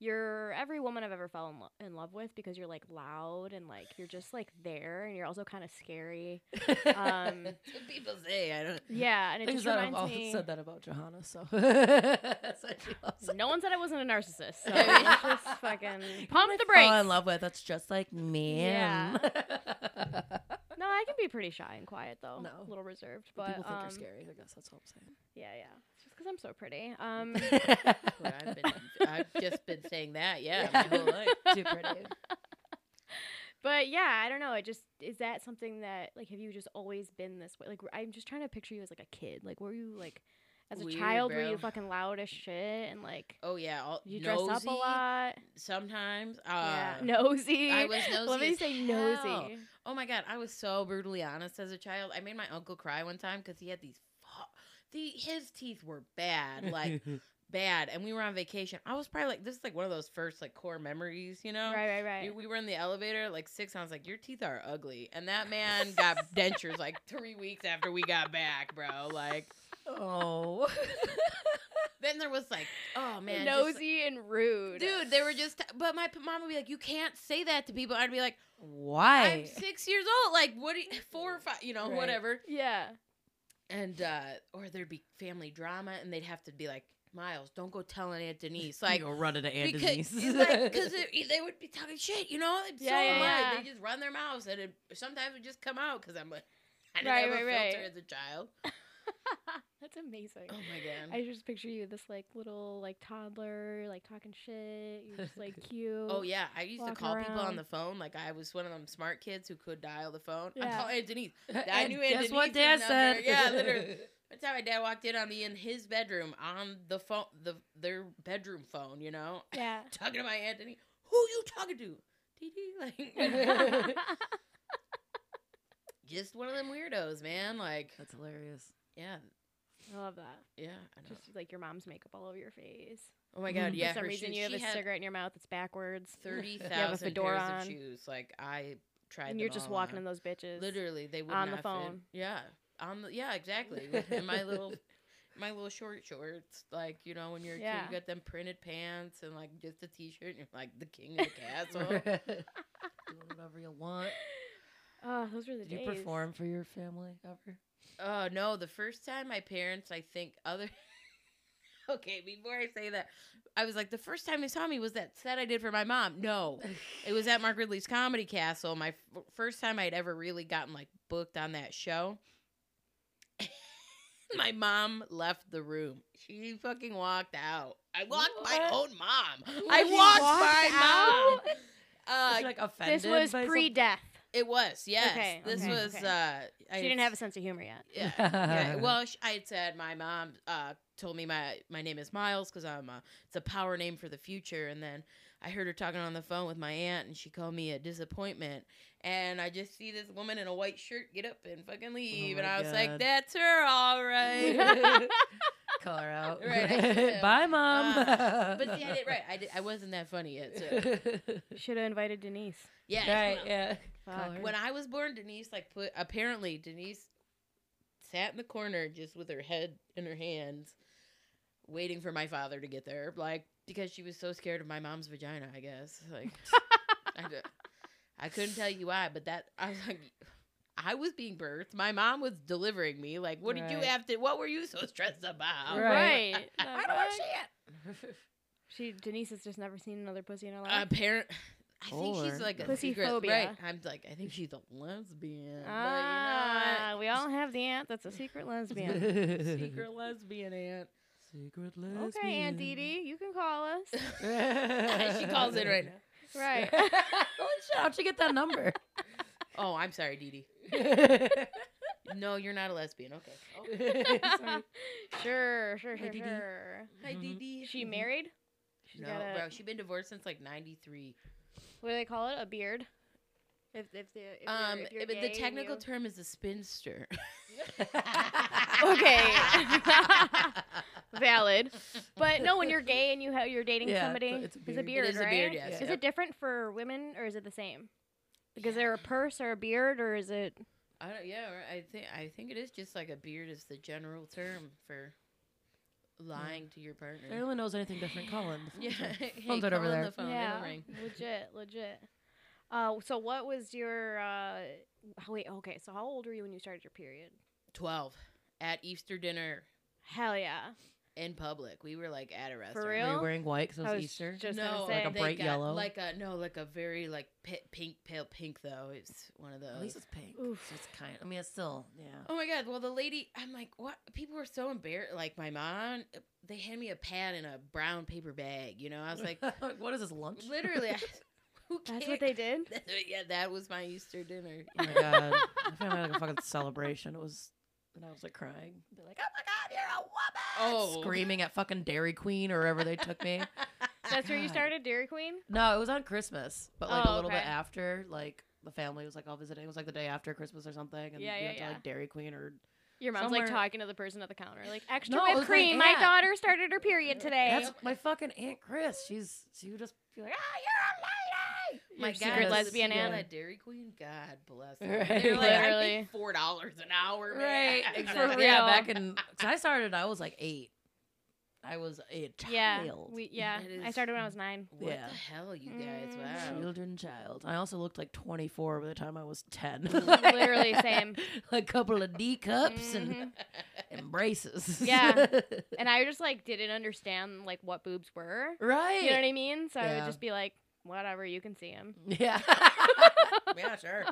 S1: you're every woman I've ever fell in, lo- in love with because you're like loud and like you're just like there and you're also kind of scary. Um,
S3: That's what people say. I don't.
S1: yeah, and it
S2: Things
S1: just
S2: that I've
S1: reminds
S2: also
S1: me.
S2: said that about Johanna, so that's what she loves.
S1: No one said I wasn't a narcissist, so
S3: I mean-
S1: let's just fucking pump the brakes.
S2: Fall in love with. That's just like me.
S1: Yeah.
S2: People
S1: No, I can be pretty shy and quiet though.
S2: No.
S1: a little reserved, but
S2: think
S1: um,
S2: you're scary. I guess that's what I'm
S1: yeah, yeah, it's just because I'm so pretty. Um,
S2: saying.
S3: Well, I've been. I've just been saying that. Yeah,
S2: Yeah.
S3: my whole life.
S2: Too pretty.
S1: But yeah, I don't know. I just is that something that like have you just always been this way? Like I'm just trying to picture you as like a kid. Like were you like as a
S3: Weird,
S1: child were
S3: bro.
S1: you fucking loud as shit and like
S3: Oh yeah, all,
S1: you dress
S3: nosy,
S1: up a lot?
S3: Sometimes, uh,
S1: yeah, nosy.
S3: I was nosy.
S1: Let me
S3: as
S1: say
S3: hell.
S1: nosy.
S3: Oh my god, I was so brutally honest as a child. I made my uncle cry one time because he had these. Fu- the, his teeth were bad, like bad, and we were on vacation. I was probably like, this is like one of those first like core memories, you know?
S1: Right, right,
S3: We-
S1: right.
S3: We were in the elevator at like six. And I was like, "Your teeth are ugly," and that man got dentures like three weeks after we got back, bro. Like,
S2: oh.
S3: then there was like, "Oh man, just-
S1: nosy and rude.
S3: dude." They were just, but my p- mom would be like, "You can't say that to people." I'd be like, "I'm
S2: Why?
S3: six years old. Like, what? Do you, four or five? You know,
S2: Right.
S3: whatever."
S1: Yeah.
S3: and uh or there'd be family drama and they'd have to be like miles don't go telling aunt denise like
S2: go run into Aunt
S3: because
S2: Denise.
S3: it's like, 'cause it- they would be talking shit you know And so
S1: Yeah, yeah,
S3: am I.
S1: yeah.
S3: they just run their mouths and it, sometimes it would just come out because i'm like i didn't
S1: Right,
S3: have a
S1: right, right.
S3: filter as a child
S1: That's amazing.
S3: oh my god
S1: I just picture you this like little like toddler like talking shit. You're just like cute.
S3: oh yeah i used to
S1: Walking
S3: call people on
S1: around.
S3: the phone like i was one of them smart kids who could dial the phone i'm
S1: Yeah.
S3: calling aunt denise I knew Aunt
S2: Guess what Dad
S3: Denise's
S2: said?
S3: number. Yeah, literally. One time, my dad walked in on me in his bedroom on the phone, the their bedroom phone. You know,
S1: Yeah.
S3: talking to my aunt Denise. Who you talking to? Dee Dee. Like,
S1: yeah,
S3: just one of them weirdos, man. Like,
S2: That's hilarious.
S3: yeah,
S1: I love that.
S3: yeah. I know.
S1: Just like your mom's makeup all over your face.
S3: oh my god,
S2: Mhm.
S3: yeah.
S1: for some
S3: her
S1: reason,
S3: shoes-
S1: you have
S3: she
S1: a
S3: had
S1: cigarette in your mouth. It's backwards.
S3: Thirty
S1: have a
S3: thousand
S1: fedora
S3: pairs
S1: on.
S3: of shoes. Like I tried.
S1: and you're
S3: them
S1: just
S3: all
S1: walking
S3: on.
S1: in those bitches.
S3: Literally, they would
S1: on the
S3: not fit.
S1: phone.
S3: Yeah, on the yeah, exactly. With- And my little, my little short shorts. Like you know, when you're a
S1: Yeah.
S3: kid, you got them printed pants and like just a t-shirt. And you're like the king of the castle.
S2: Doing whatever you want.
S1: Oh, those were the
S2: Did you
S1: days.
S2: perform for your family ever?
S3: Oh no, the first time my parents, I think other Okay, before I say that, I was like the first time they saw me was that set I did for my mom. No. It was at Mark Ridley's Comedy Castle, my f- first time I'd ever really gotten like booked on that show. my mom left the room. She fucking walked out. I walked my
S1: What?
S3: own mom.
S1: You
S3: I
S1: walked
S3: walked, my
S2: Was she,
S3: mom. Uh,
S2: like offended.
S1: This was
S2: by
S1: pre-death.
S3: it was yes.
S1: Okay,
S3: this
S2: okay,
S3: was.
S1: okay.
S3: uh I
S1: She didn't have a sense of humor yet.
S3: Yeah,
S2: Uh-huh.
S3: yeah. Well, sh- I had said my mom uh, told me my my name is Miles because I'm a, it's a power name for the future. And then I heard her talking on the phone with my aunt, and she called me a disappointment. And I just see this woman in a white shirt get up and fucking leave,
S2: Oh my
S3: and I was
S2: God.
S3: like, "That's her, all right."
S2: something? Call her out.
S3: Right, I should have.
S2: Bye, mom.
S3: but see, I did right. I did, I wasn't that funny yet. So.
S1: Should have invited Denise.
S3: Yeah,
S2: right. Yeah.
S1: Fuck.
S2: Call her.
S3: When I was born, Denise like put apparently Denise sat in the corner just with her head in her hands, waiting for my father to get there, like because she was so scared of my mom's vagina. I guess like I, d- I couldn't tell you why, but that I was like. I was being birthed. My mom was delivering me. Like, what did you
S2: Right.
S3: have to? What were you so stressed about?
S2: Right.
S1: Right.
S3: I don't want
S1: Fuck.
S3: shit.
S1: She Denise has just never seen another pussy in
S3: Uh,
S1: her life.
S3: Apparent. I think
S2: Or-
S3: she's like a
S1: Pussy
S3: secret-
S1: phobia.
S3: Right. I'm like, I think she's a lesbian. but you know what?
S1: ah, we all have the aunt that's a secret lesbian.
S3: secret lesbian aunt.
S2: Secret lesbian.
S1: okay, Aunt Dee Dee, you can call us.
S2: she
S3: she calls in right now.
S1: Right.
S2: How'd you get that number?
S3: Oh, I'm sorry, Dee Dee. No, you're not a lesbian. Okay. Oh.
S1: Mm-hmm.
S2: Sorry.
S1: sure, sure,
S2: Hey,
S1: sure,
S2: Dee Dee.
S1: sure.
S3: Hi, Dee Dee.
S1: Is she married? She's
S3: No,
S1: got a
S3: bro. She's been divorced since like '93.
S1: what do they call it? A beard. If if the if you're-
S3: Um,
S1: if you're
S3: but
S1: gay
S3: the
S1: and
S3: technical
S1: you-
S3: term is a spinster.
S1: valid, but no, when you're gay and you ha- you're dating
S2: Yeah,
S1: somebody,
S2: it's- it's
S1: it's
S2: a
S1: a
S2: beard.
S1: beard.
S3: It is a
S1: right?
S3: beard, yes,
S1: Is
S2: yeah.
S1: it different for women or is it the same? Like, Is
S3: Yeah.
S1: there a purse or a beard or is it?
S3: I don't, yeah, right, I think I think it is just like a beard is the general term for lying to your
S2: If
S3: partner.
S2: anyone knows anything different, call him.
S3: Yeah, hey,
S2: Phone's right
S3: call
S2: over
S3: on
S2: there.
S3: The phone.
S1: yeah,
S3: It'll ring.
S1: legit, legit. Uh, so what was your? Uh, oh, wait, okay. So how old were you when you started your period?
S3: Twelve at Easter dinner
S1: Hell yeah,
S3: in public. We were like at a restaurant.
S1: for real.
S2: Are you wearing white because it was,
S1: I was
S2: Easter?
S1: just gonna
S3: no,
S1: say.
S2: Like a
S3: they
S2: bright
S3: got
S2: yellow?
S3: Like a no, like a very like pi pink, pale pink though. It's one of
S2: At
S3: those.
S2: least it's pink.
S1: Oof.
S2: So it's kind. I mean, it's still yeah.
S3: Oh my god! Well, the lady, I'm like, what? People were so embarrassed. Like my mom, they hand me a pad in a brown paper bag. You know, I was like,
S2: what is this lunch?
S3: literally, I, who
S1: That's
S3: cares?
S1: what they did.
S3: yeah, that was my Easter dinner.
S2: Oh my god! I felt like a fucking celebration. It was, and I was like crying. They're like, "Oh my god, you're a woman!"
S3: Oh.
S2: screaming at fucking Dairy Queen or wherever they took me.
S1: That's where you
S2: God.
S1: started, Dairy Queen.
S2: No, it was on Christmas, but like
S1: Oh,
S2: a little
S1: okay.
S2: bit after, like the family was like all visiting. It was like the day after Christmas or something, and
S1: Yeah,
S2: you
S1: yeah,
S2: went
S1: yeah.
S2: to like Dairy Queen or
S1: Your mom's like
S2: Somewhere-
S1: talking to the person at the counter, like extra
S2: No, it
S1: whipped
S2: was my
S1: cream. My
S2: aunt.
S1: daughter started her period today.
S2: that's my fucking aunt Chris. She's she would just be like, ah, you're a lady.
S1: My
S3: God,
S1: secret
S3: those
S1: lesbian
S3: people
S1: aunt.
S3: at Dairy Queen. God bless. Them.
S2: Right.
S3: They're like, I
S1: Literally.
S3: think four dollars an hour. man.
S2: Right, exactly. Yeah,
S1: real.
S2: back in because I started, I was like eight. I was a
S1: yeah,
S2: child.
S1: we, yeah.
S3: That
S1: I
S3: is-
S1: started when I was nine.
S3: What
S2: Yeah.
S3: the hell, you guys?
S1: Mm.
S3: Wow.
S2: Children, child. I also looked like 24 by the time I was 10.
S1: Literally same.
S2: a couple of D cups and,
S1: Mhm.
S2: and braces.
S1: Yeah. And I just like didn't understand like what boobs were.
S2: right.
S1: You know what I mean? So I would
S2: Yeah.
S1: just be like, whatever, you can see him.
S2: Yeah.
S3: yeah, sure.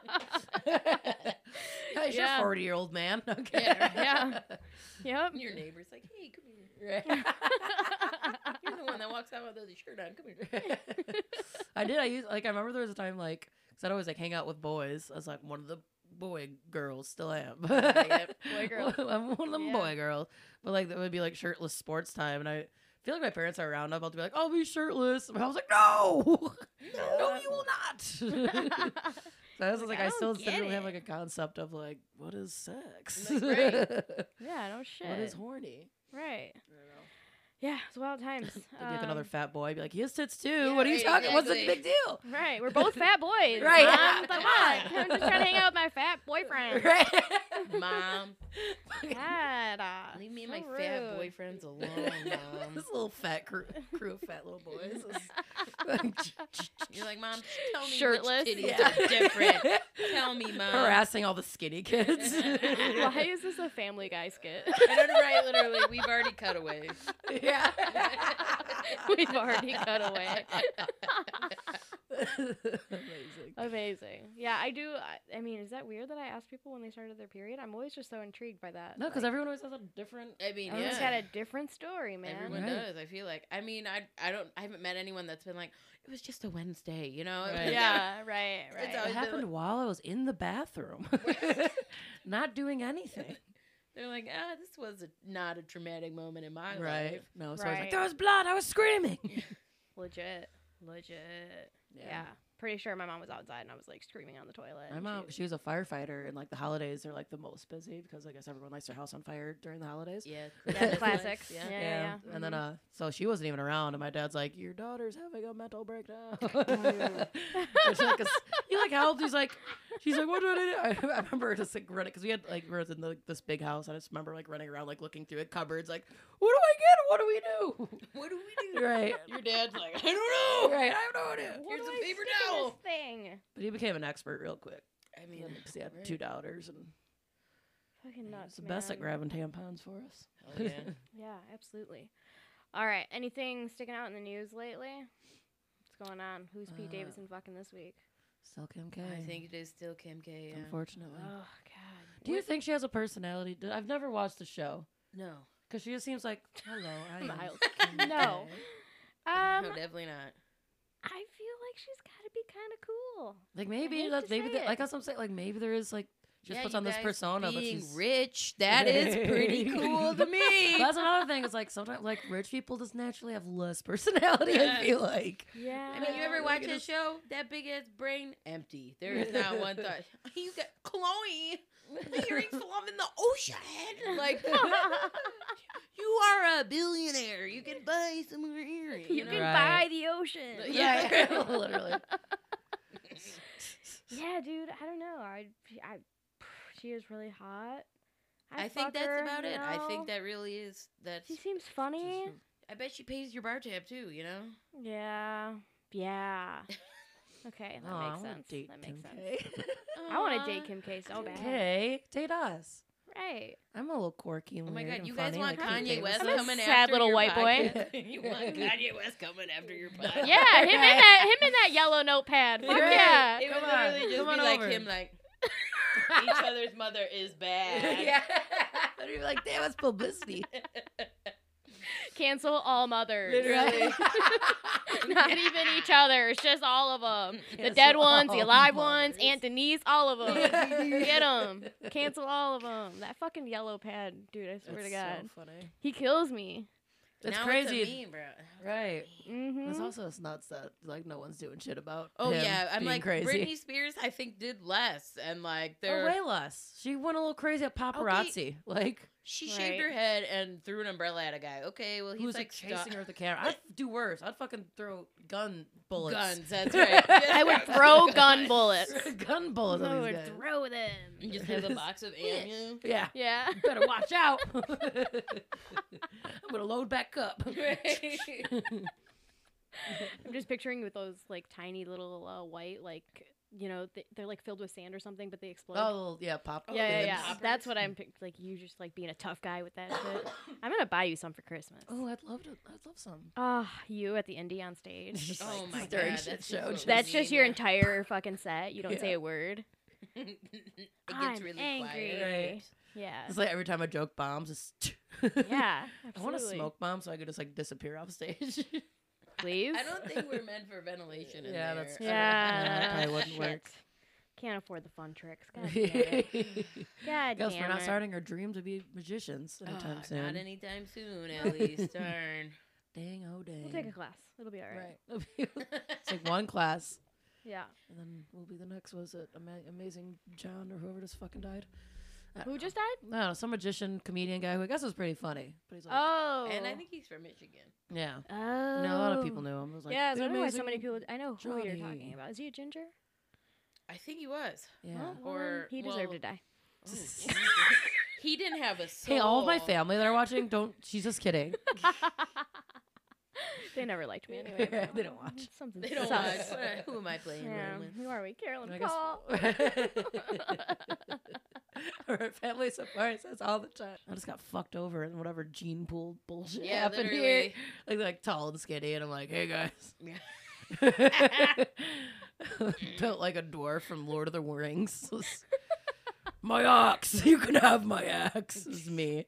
S2: That's
S1: Yeah.
S2: your 40 year old man. Okay.
S1: Yeah, Yep.
S3: Your neighbor's like, hey, come here.
S2: Right.
S3: You're the one that walks out with a shirt on. Come here.
S2: I did. I used like I remember there was a time like because I'd always like hang out with boys. I was like one of the boy girls, still am.
S1: Yep, boy girl.
S2: I'm one of them
S1: Yeah.
S2: boy girls. But like that would be like shirtless sports time, and I feel like my parents are around. I'm about to be like, I'll be shirtless. And I was like, no, no, you will not. so I was like,
S1: I
S2: I,
S1: don't
S2: still
S1: get
S2: didn't really have like
S1: it.
S2: a concept of like what is sex,
S3: Like, right.
S1: yeah, no shit.
S2: what is horny.
S1: right. Yeah, it's wild times.
S2: There'd be like another
S1: Um,
S2: fat boy, I'd be like, he has tits too. what are you talking? What's the
S3: exactly.
S2: big deal?
S1: Right. We're both fat boys.
S2: Right. Come
S1: Mom, come on.
S2: on.
S1: I'm just trying to hang out with my fat boyfriend.
S2: Right.
S3: Mom,
S1: God, uh,
S3: leave me and
S1: so
S3: my fat
S1: rude.
S3: boyfriends alone, mom.
S2: this little fat crew, crew of fat little boys. is-
S3: You're like, mom, tell me
S1: Shirtless.
S3: which titties
S2: Yeah.
S3: are different. Tell me, mom.
S2: Harassing all the skinny kids.
S1: Why is this a Family Guy skit?
S3: I don't know, right? Literally, we've already cut away.
S2: yeah.
S1: We've already cut away.
S2: Amazing.
S1: Amazing. Yeah, I do. I, I mean, is that weird that I ask people when they started their period? I'm always just so intrigued by that.
S2: No, because
S1: like,
S2: everyone always has a different.
S3: I mean,
S1: everyone's
S3: yeah.
S1: got a different story, man.
S3: Everyone
S2: Right.
S3: does. I feel like. I mean, I I don't. I haven't met anyone that's been like, it was just a Wednesday, you know. It
S2: Right.
S3: was-
S1: Yeah, right, right.
S3: always
S2: It
S3: been
S2: happened while I was in the bathroom, not doing anything.
S3: They're like, ah, this was a, not a traumatic moment in my life.
S2: No, so I was
S1: Right.
S2: like, there was blood. I was screaming.
S1: legit, legit. Yeah. pretty sure my mom was outside and I was like screaming on the toilet.
S2: My
S1: and
S2: mom,
S1: was-
S2: she was a firefighter, and like the holidays are like the most busy because I guess everyone lights their house on fire during the holidays.
S3: Yeah,
S1: yeah, the
S2: That's nice.
S1: classics. Yeah, yeah,
S2: Yeah.
S1: yeah.
S2: And then,
S1: Mhm.
S2: uh, so she wasn't even around, and my dad's like, Your daughter's having a mental breakdown.
S1: Mm.
S2: Which, like, is- he, like, helped. He's like, She's like, What do I do? I, I remember just, like, running, because we had, like, we were in like, this big house. and I just remember, like, running around, like, looking through the cupboards, like, What do I get? What do
S3: What do we
S2: we
S3: do?
S2: do? right.
S3: Your dad's like, I don't know.
S2: Right. I have no idea.
S1: What
S3: Here's
S1: do
S3: a
S1: I
S3: paper
S1: stick in
S3: towel.
S1: This thing.
S2: But he became an expert real quick.
S3: I
S2: He
S3: mean,
S2: had, 'cause he had
S3: right.
S2: two daughters, and
S1: Fucking
S2: he was
S1: nuts.
S2: the best at
S1: man.
S2: grabbing tampons for us.
S3: Hell Oh, yeah.
S1: Yeah, absolutely. All right. Anything sticking out in the news lately? What's going on? Who's Pete
S2: Uh,
S1: Davidson fucking this week?
S2: Still Kim K.
S3: I think it is still Kim K. Yeah.
S1: Oh
S2: Unfortunately.
S1: God.
S2: Do you think she has a personality? Did- I've never watched the show
S3: No.
S2: because she just seems like hello. I am
S1: Miles.
S2: Kim K."
S1: No.
S3: no,
S1: Um,
S3: definitely not.
S1: I feel like she's got to be kind of cool.
S2: Like
S1: hate
S2: maybe that's
S1: to
S2: maybe
S1: say
S2: that,
S1: it.
S2: like that's what I'm saying. Like maybe there is like she just
S3: Yeah,
S2: puts
S3: you
S2: on this
S3: guys
S2: persona, but
S3: being
S2: she's
S3: rich. That is pretty cool to me.
S2: But that's another thing. It's like sometimes like rich people just naturally have less personality. I feel like
S1: Yeah.
S3: I mean, you ever
S2: Look
S3: watch
S2: at
S3: a
S2: us.
S3: show? That big ass brain empty. There is not one thought. You got Chloe. The earrings fall in the ocean. Like you are a billionaire. You can buy some of her earrings.
S1: you
S3: know?
S1: can
S2: Right.
S1: buy the ocean.
S3: Yeah.
S2: Right, literally.
S1: Yeah, dude. I don't know. I, I she is really hot.
S3: I,
S1: fuck
S3: think that's
S1: her,
S3: about
S1: you
S3: it. I
S1: know?
S3: think that really is that's.
S1: she seems funny.
S3: I bet she pays your bar tab too. You know.
S1: Yeah. Yeah. Okay, that
S2: Aw, I
S1: makes
S2: wanna
S1: sense.
S2: date
S1: That makes
S2: Kim
S1: sense.
S2: K.
S1: I want
S3: Aw.
S1: to date Kim K so bad.
S2: Okay, date us.
S1: Right.
S2: I'm a little quirky. And
S3: Oh my
S2: weird
S3: god,
S2: and
S3: you guys
S2: funny,
S3: want
S2: like Kim K
S3: Kanye
S2: was
S3: West
S1: I'm a
S3: coming
S1: sad
S3: after
S1: little
S3: your
S1: white boy.
S3: podcast? you want Kanye West coming after your podcast?
S1: Yeah, him and that him and that yellow notepad. Fuck
S2: Right.
S1: yeah.
S3: It
S2: Come
S3: would
S2: on,
S3: literally just
S2: come on
S3: be like
S2: over.
S3: him like each other's mother is bad.
S2: yeah. I'd be like, damn, it's publicity.
S1: Cancel all mothers.
S3: Literally.
S1: Not even each other. It's just all of them. The dead
S2: Cancel
S1: ones, the
S2: all
S1: alive ones,
S2: mothers.
S1: Aunt Denise, all of them. Get them. Cancel all of them. That fucking yellow pad, dude. I swear to God,
S2: so funny.
S1: he kills me.
S2: That's
S3: Now
S2: crazy.
S3: It's a meme, bro.
S2: Right. There's
S1: Mm-hmm.
S2: also nuts that like no one's doing shit about.
S3: Oh
S2: him
S3: yeah, I'm
S2: being
S3: like
S2: crazy. Oh,
S3: Britney Spears. I think did less, and like
S2: Or
S3: there,
S2: way less. She went a little crazy at paparazzi. Like
S3: she shaved
S1: Right.
S3: her head and threw an umbrella at a guy. Okay, well he's
S2: who's like
S3: like
S2: chasing
S3: stu-
S2: her with the camera. I'd do worse. I'd fucking throw gun bullets.
S3: guns. That's right.
S1: I would throw gun bullets.
S2: gun bullets.
S1: I
S2: on these
S1: would
S2: guys.
S1: throw them.
S3: You just have a box of ammo.
S2: yeah.
S1: Yeah.
S2: Better watch out. I'm gonna load back
S3: Oh
S2: up. Oh,
S1: I'm just picturing with those like tiny little uh, white like you know th- they're like filled with sand or something, but they explode.
S2: oh yeah, pop.
S1: yeah, yeah,
S2: guns.
S1: yeah.
S3: poppers.
S1: That's what I'm pic- like. You just like being a tough guy with that shit. I'm gonna buy you some for Christmas.
S2: Oh, I'd love to. I'd love some.
S1: Ah, you at the indie on stage.
S2: Just,
S3: Oh
S2: like,
S3: my
S2: stirring
S3: god,
S2: shit
S3: that's
S2: show,
S3: what we
S2: just-
S1: That's just
S3: need
S1: your
S3: now.
S1: entire fucking set. You don't say
S2: Yeah.
S1: a word.
S3: it gets
S1: I'm
S3: really
S1: angry.
S3: quiet.
S2: Right.
S1: Yeah.
S2: It's like every time a joke bombs, it's.
S1: Yeah.
S2: I want to
S1: absolutely.
S2: smoke bomb so I could just like disappear off stage.
S1: Please.
S3: I don't think we're meant for ventilation. In
S2: Yeah,
S3: there.
S2: that's-
S3: I
S1: Yeah.
S3: don't-
S2: Yeah, that probably wouldn't
S1: shit.
S2: work.
S1: Can't afford the fun tricks. God damn it.
S2: Because
S1: God damn
S2: we're not
S1: it.
S2: starting our dream to be magicians anytime
S3: Ah,
S2: soon.
S3: Not anytime soon, at least. Darn.
S2: dang, oh dang.
S1: We'll take a class. It'll be all right.
S2: it's like one class,
S1: Yeah.
S2: and then we'll be the next. Was it Ama- Amazing John or whoever just fucking died? I don't
S1: Who
S2: know.
S1: just died?
S2: I don't know, some magician comedian guy who I guess was pretty funny. But he's like,
S1: Oh.
S3: And I think he's from Michigan.
S2: yeah,
S1: Oh.
S2: no, a lot of people knew him. It was like,
S1: yeah, I was
S2: "The
S1: wondering why so
S2: Amazing
S1: many people. I know who you're
S2: Johnny."
S1: talking about. Is he a ginger?
S3: I think he was.
S2: Yeah.
S1: Huh? Well, then
S3: Or-
S1: he deserved
S3: well-
S1: to die.
S3: Oh, he didn't have a soul.
S2: Hey, all of my family that are watching, don't. She's just kidding.
S1: they never liked me anyway. but-
S2: They don't watch.
S1: Something
S3: They don't watch.
S1: sucks.
S3: What I- Who am I playing?
S1: Yeah.
S3: around with?
S1: Who are we? Carolyn
S2: I guess-
S1: Paul.
S2: All right, family support says all the time. I just got fucked over in whatever gene pool bullshit
S3: Yeah,
S2: happened here.
S3: literally.
S2: Like, like tall and skinny, and I'm like, hey guys.
S3: Yeah.
S2: Built like a dwarf from Lord of the Rings. Just, my ox, you can have my axe. Is me.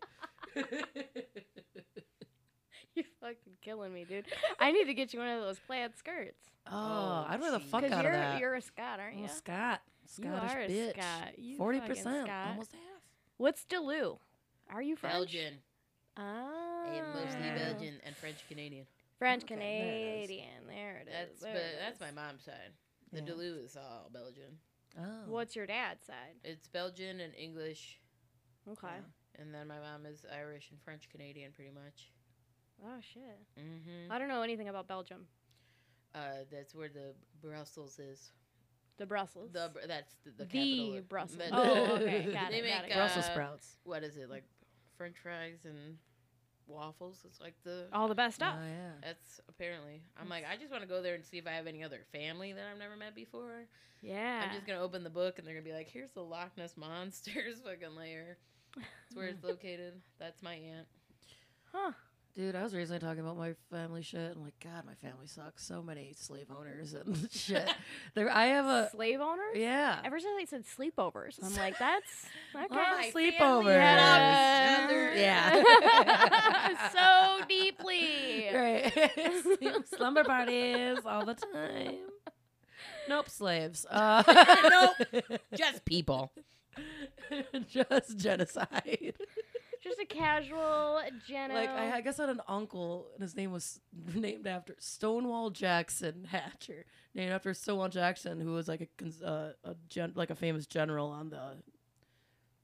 S1: You're fucking killing me, dude. I need to get you one of those plaid skirts.
S2: Oh, I'd wear the
S3: geez.
S2: fuck
S1: 'Cause
S2: out of
S1: you're
S2: that.
S1: you're a Scot, aren't
S2: I'm
S1: you?
S2: a Scot,
S1: You
S2: Scottish
S1: are a
S2: bitch.
S1: Scot. You
S2: Forty
S1: fucking
S2: percent,
S1: Scot.
S2: almost half.
S1: What's Delu? Are you French?
S3: Belgian.
S1: Ah.
S3: And mostly
S2: Ah.
S3: Belgian and French Canadian.
S1: French
S2: Okay, there it is.
S1: Canadian. There it
S3: That's
S1: is.
S3: but
S1: there it
S3: that's
S1: is.
S3: my mom's side. The
S2: Yeah.
S3: Duluth is all Belgian.
S2: Oh.
S1: What's your dad's side?
S3: It's Belgian and English,
S1: Okay.
S3: and then my mom is Irish and French Canadian, pretty much.
S1: Oh shit.
S3: Mm-hmm.
S1: I don't know anything about Belgium.
S3: Uh, that's where the Brussels is.
S1: The Brussels.
S3: The Br- that's the, the,
S1: The
S3: capital of-
S1: Brussels.
S3: the-
S1: Oh, okay. Got
S3: They
S1: it. got
S3: make,
S1: it, got
S2: Brussels
S3: Uh,
S2: sprouts.
S3: what is it like? French fries and waffles. It's like the.
S1: it. all the best stuff.
S2: Oh yeah.
S3: That's apparently. I'm like, I just want to go there and see if I have any other family that I've never met before.
S1: yeah.
S3: I'm just gonna open the book and they're gonna be like, here's the Loch Ness monster's fucking lair. That's where it's located. That's my aunt.
S1: huh.
S2: Dude, I was recently talking about my family shit. I'm like, God, my family sucks. So many slave owners and shit. There, I have a
S1: Slave owners?
S2: yeah.
S1: Ever since they said sleepovers, I'm like, that's okay.
S2: All the
S3: my
S2: sleepovers.
S3: family had
S1: others.
S2: Yeah.
S1: so deeply.
S2: Right. Slumber parties all the time. Nope, slaves. Uh,
S3: Nope. Just people.
S2: just genocide.
S1: Just a casual Jenna.
S2: Like I, I guess I had an uncle, and his name was named after Stonewall Jackson Hatcher, named after Stonewall Jackson, who was like a cons- uh, a gen- like a famous general on the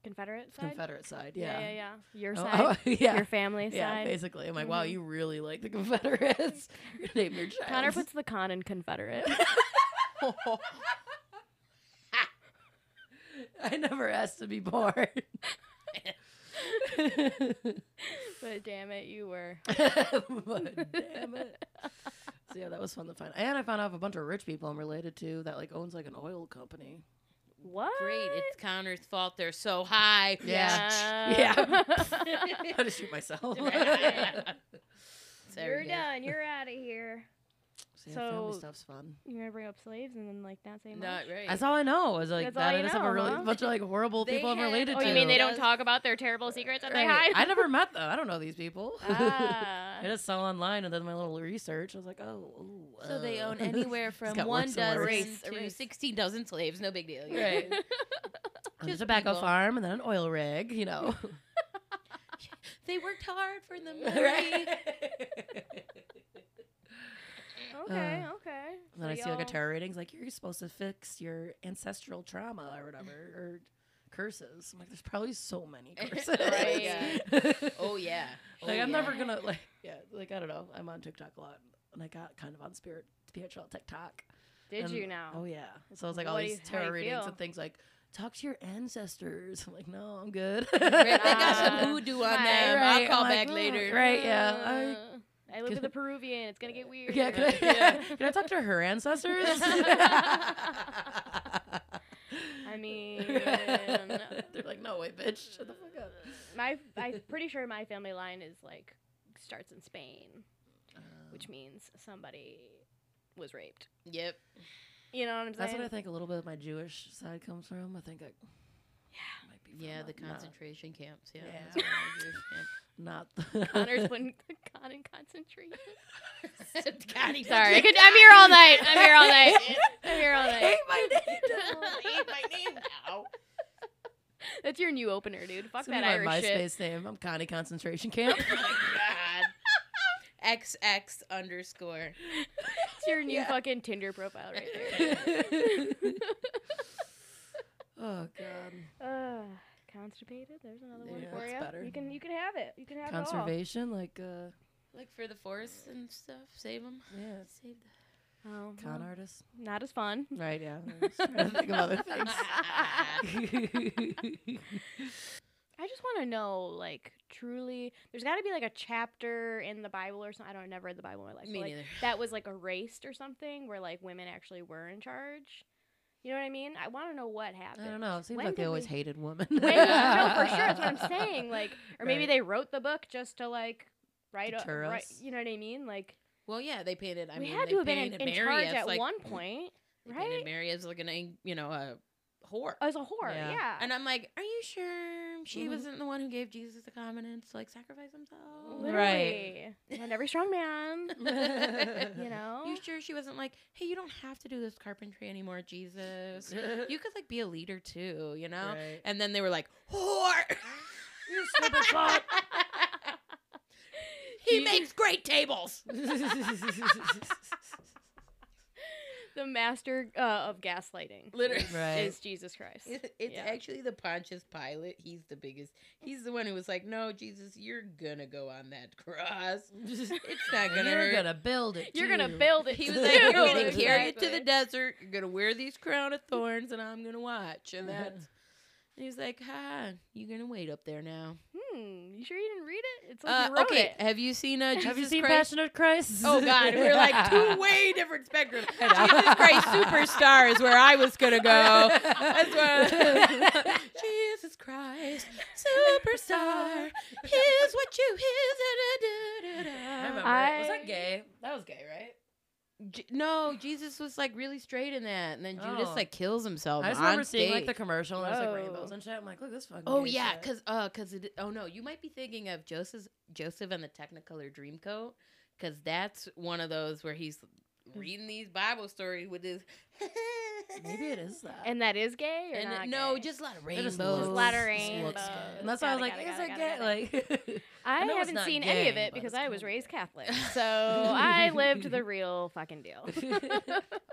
S1: Confederate side.
S2: Confederate side.
S1: yeah,
S2: Yeah,
S1: yeah, yeah. Your
S2: Oh,
S1: side.
S2: yeah,
S1: Your family
S2: yeah.
S1: side.
S2: Basically, I'm like, wow,
S1: Mhm.
S2: you really like the Confederates. you name your child.
S1: Connor puts the con in Confederate.
S2: I I never asked to be born.
S1: But damn it, you were.
S2: but damn it. So yeah, that was fun to find. And I found out a bunch of rich people I'm related to that like owns like an oil company.
S1: What?
S3: Great. It's Connor's fault they're so high.
S2: Yeah.
S1: Yeah.
S2: I'm gonna shoot myself.
S3: There
S1: You're
S3: we go.
S1: done. You're out of here.
S2: So, yeah, family
S1: So-
S2: stuff's fun.
S1: You're gonna bring up slaves and then like not say much.
S3: Not right.
S2: That's all I know. Is like
S1: That's
S2: that
S1: all
S2: I
S1: you
S2: just have
S1: know,
S2: a really
S1: huh?
S2: bunch of like horrible
S3: They
S2: people I'm
S3: had-
S2: related
S1: Oh,
S2: to.
S1: you mean they don't
S3: Yes.
S1: talk about their terrible secrets that
S2: Right.
S1: they
S2: I
S1: hide?
S2: never met them. I don't know these people. I
S1: Ah.
S2: just saw online and did my little research. I was like, oh, ooh,
S3: So they
S2: uh.
S3: own anywhere from
S2: got
S3: one
S2: worse and
S3: dozen
S2: worse.
S1: Erase,
S3: to
S1: erase.
S3: sixteen dozen slaves. No big deal. You're
S2: Right. On a
S3: Just
S2: tobacco
S3: people.
S2: farm and then an oil rig, you know.
S3: They worked hard for the money.
S2: Right.
S1: okay,
S2: Uh,
S1: okay.
S2: And then I
S1: So
S2: see like a
S1: y'all-
S2: tarot readings like you're supposed to fix your ancestral trauma or whatever or curses. I'm like, there's probably so many curses.
S3: Right, yeah. Oh yeah. Oh,
S2: like I'm
S3: yeah.
S2: never gonna like yeah like I don't know. I'm on TikTok a lot and I got kind of on spirit spiritual TikTok.
S1: Did
S2: And-
S1: you now?
S2: Oh yeah. So it's like all
S1: What do
S2: these
S1: you- how do
S2: tarot
S1: you
S2: readings
S1: feel?
S2: and things like talk to your ancestors. I'm like, no, I'm good.
S3: Right, they got
S1: Ah.
S3: some voodoo on
S1: Right,
S3: them. I'll
S2: right.
S3: call
S2: I'm like,
S3: back
S2: mm,
S3: later.
S2: Right, yeah.
S1: Uh, I, live with a Peruvian. It's gonna get weird.
S2: Yeah, can I,
S3: Yeah.
S2: can I talk to her ancestors?
S1: I mean,
S2: They're like, no, wait, bitch, shut the fuck up.
S1: my I'm pretty sure my family line is like starts in Spain,
S2: Um,
S1: which means somebody was raped.
S3: Yep.
S1: You know what I'm saying?
S2: That's what I think a little bit of my Jewish side comes from. I think I yeah, might be from
S3: Yeah, the
S2: that-
S3: concentration camps. Yeah.
S2: Yeah.
S3: that's what I do,
S2: Not, not
S1: Connor's putting God in concentration.
S3: yeah. God, he-
S1: Sorry, I could, I'm here all night. I'm here all night. I'm here all
S2: I
S1: night.
S2: hate my name. Devil.
S3: I hate my name now.
S1: That's your new opener, dude. Fuck
S2: It's gonna
S1: that
S2: be
S1: Irish
S2: my
S1: shit.
S2: MySpace name. I'm Connie Concentration Camp.
S3: Oh my God. XX underscore.
S1: It's your new
S2: Yeah.
S1: fucking Tinder profile right there.
S2: oh God.
S1: Uh, constipated. There's another one
S2: Yeah,
S1: for
S2: that's
S1: you.
S2: better.
S1: You can you can have it. You can have
S2: Conservation, like uh,
S3: Like for the forests and stuff. Save them.
S2: yeah,
S3: Save them.
S1: it all. Oh,
S2: con
S1: well,
S2: artist.
S1: not as fun.
S2: Right, yeah. I was trying to think of other things.
S1: I just want to know, like, truly. There's got to be like a chapter in the Bible or something. I don't. I never read the Bible in my life.
S3: Me
S1: but, like,
S3: neither.
S1: That was like erased or something, where like women actually were in charge. You know what I mean? I want to know what
S2: I
S1: happened.
S2: don't know. It seems
S1: When
S2: like they
S1: did
S2: always
S1: we-
S2: hated women.
S1: When, no, for sure. That's what I'm saying. Like, or maybe
S2: Right.
S1: they wrote the book just to like write a
S2: Deter
S1: write,
S2: us.
S1: you know what I mean? Like,
S3: Well, yeah, they painted. I
S1: we
S3: mean,
S1: had
S3: they
S1: to have been in,
S3: painted
S1: in
S3: Mary
S1: charge
S3: as,
S1: at
S3: like,
S1: one point
S3: They painted
S1: right?
S3: Mary as like an, ang- you know, a whore.
S1: as a whore.
S2: Yeah.
S1: Yeah. Mm-hmm.
S3: and I'm like, are you sure she
S2: Mhm.
S3: wasn't the one who gave Jesus the commandments to like sacrifice himself?
S1: Literally. And every strong man,
S2: you
S1: you know.
S3: You sure she wasn't like, hey, you don't have to do this carpentry anymore, Jesus. You could like be a leader too, you know?
S2: Right.
S3: And then they were like, whore.
S2: You stupid fuck.
S3: he
S1: She-
S3: makes great tables.
S1: the master uh, of gaslighting
S3: Literally.
S2: Right.
S1: is Jesus Christ.
S3: It- It's
S1: Yeah.
S3: actually the Pontius Pilate. He's the biggest. He's the one who was like, "No, Jesus, you're gonna go on that cross. It's not gonna
S2: You're
S3: hurt."
S2: gonna build it.
S1: You're gonna
S2: too.
S1: build it.
S3: He
S1: too.
S3: was like, "You're gonna
S2: Exactly.
S3: carry it to the desert. You're gonna wear these crown of thorns, and I'm gonna watch." And that's. And he's like, "Ha, you're gonna wait up there now."
S1: Hmm, you sure you didn't read it? It's like
S3: Uh,
S1: you wrote
S3: okay,
S1: it.
S3: have you seen uh, Jesus
S2: Have you seen
S3: Christ?
S2: Passionate Christ?
S3: Oh God, we're like two way different spectrums.
S2: I know.
S3: Jesus Christ superstar is where I was gonna go. That's where Jesus Christ superstar is what you is.
S2: I
S3: da, da, da,
S2: remember.
S3: da.
S1: I-
S2: Was that gay? That was gay, right?
S3: J- no, Jesus was like really straight in that, and then Judas
S2: Oh.
S3: like kills himself
S2: I just
S3: on
S2: remember seeing like
S3: stage.
S2: the commercial and there's like
S1: Whoa.
S2: rainbows and shit. I'm like, look, this fucking.
S3: Oh
S2: gay
S3: yeah,
S2: shit.
S3: cause uh, cause it, oh no, you might be thinking of Joseph Joseph and the Technicolor Dreamcoat, cause that's one of those where he's reading these Bible stories with his.
S2: maybe it is that.
S1: And that is gay or
S3: And
S1: not
S3: it- no,
S1: gay?
S3: just a lot of
S2: It
S3: rainbows.
S2: just
S1: Just a lot of
S2: looks- just looks gay.
S1: rainbows.
S2: And that's why I was like,
S1: Gotta,
S2: is
S1: gotta,
S2: it
S1: gotta,
S2: gay? Like,
S1: I,
S2: I know it's
S1: haven't
S2: not
S1: seen any of
S2: gay,
S1: it
S2: but
S1: because
S2: it's
S1: I was
S2: kinda
S1: raised
S2: gay.
S1: Catholic, so I lived the real fucking deal.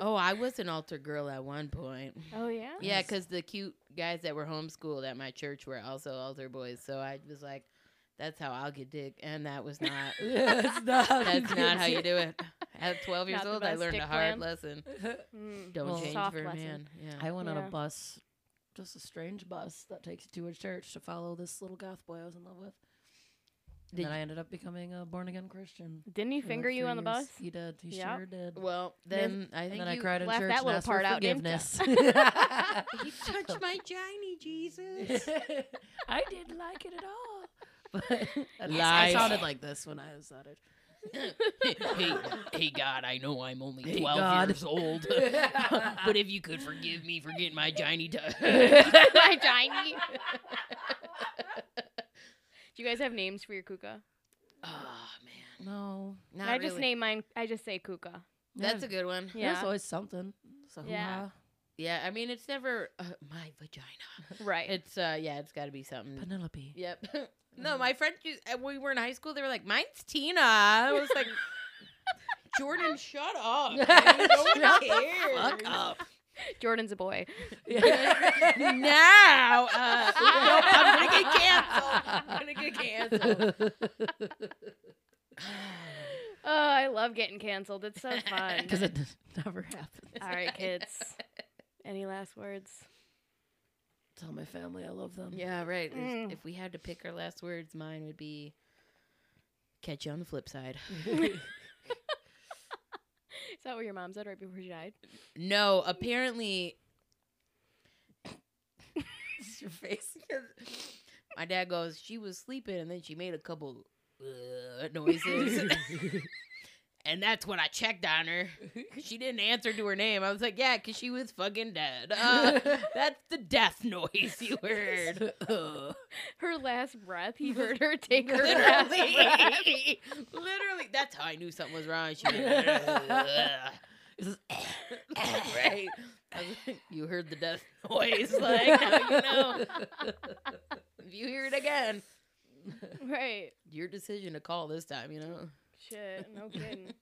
S3: oh, I was an altar girl at one point.
S1: Oh yeah.
S3: Yeah,
S2: Nice.
S3: because the cute guys that were homeschooled at my church were also altar boys. So I was like, that's how I'll get dick. And that was not,
S2: Yeah, it's not.
S3: that's not how you do it. At 12 years
S1: Not the
S3: old, I
S1: best
S3: learned a
S1: dick
S3: hard
S1: plan.
S3: lesson.
S1: Mm.
S3: Don't
S2: Well-
S3: change
S1: Soft
S3: for a
S1: lesson.
S3: man. Yeah.
S2: I went on
S1: Yeah.
S2: a bus just a strange bus that takes you to a church to follow this little goth boy I was in love with. And
S3: Did
S2: then I ended up becoming a born again Christian.
S1: Didn't he
S2: for, like,
S1: finger you
S2: three
S1: on the
S2: years.
S1: bus?
S2: He did. He
S1: Yep.
S2: sure did.
S3: Well, then I
S2: and
S3: think
S2: then
S3: you
S2: I cried in
S1: left
S2: church
S1: that
S2: and
S1: little
S2: asked
S1: part
S2: for
S1: out, didn't
S2: forgiveness.
S3: You touched my Johnny, Jesus.
S2: I didn't like it at all. But I
S3: Lies.
S2: sounded like this when I was that age.
S3: hey, hey, God, I know I'm only
S2: Hey,
S3: 12
S2: God.
S3: years old, but if you could forgive me for getting my Johnny to.
S1: My Johnny. Do you guys have names for your kuka?
S3: oh, man.
S2: No.
S3: Not
S1: I
S3: really.
S1: just name mine. I just say kuka.
S3: That's
S2: yeah.
S3: a good one.
S1: Yeah,
S2: There's always something. So uh,
S1: Yeah.
S3: Yeah, I mean, it's never uh, my vagina.
S1: right.
S3: It's, uh, yeah, it's got to be something.
S2: Penelope.
S3: Yep. No, my friend, used- uh, when we were in high school, they were like, mine's Tina. I was like, Jordan, shut up. No one
S2: Shut the
S3: cares.
S2: fuck up.
S1: Jordan's a boy.
S3: now. Uh, nope, I'm gonna get canceled. I'm gonna get canceled.
S1: Oh, I love getting canceled. It's so fun.
S2: Because it never happened.
S1: All right, kids. Any last words?
S2: Tell my family I love them.
S3: Yeah, right. If-
S1: Mm.
S3: If we had to pick our last words, mine would be catch you on the flip side.
S1: Is that what your mom said right before she died?
S3: No, apparently
S2: It's your face.
S3: my dad goes, she was sleeping and then she made a couple uh, noises. and that's when I checked on her. She didn't answer to her name. I was like, yeah, because she was fucking dead. Uh, that's the death noise you heard.
S1: Her last breath. He heard her take her last breath.
S3: literally, literally. That's how I knew something was wrong. She went, right? I was like, you heard the death noise, like now you know. If you hear it again,
S1: Right.
S3: your decision to call this time, you know.
S1: Shit. No kidding.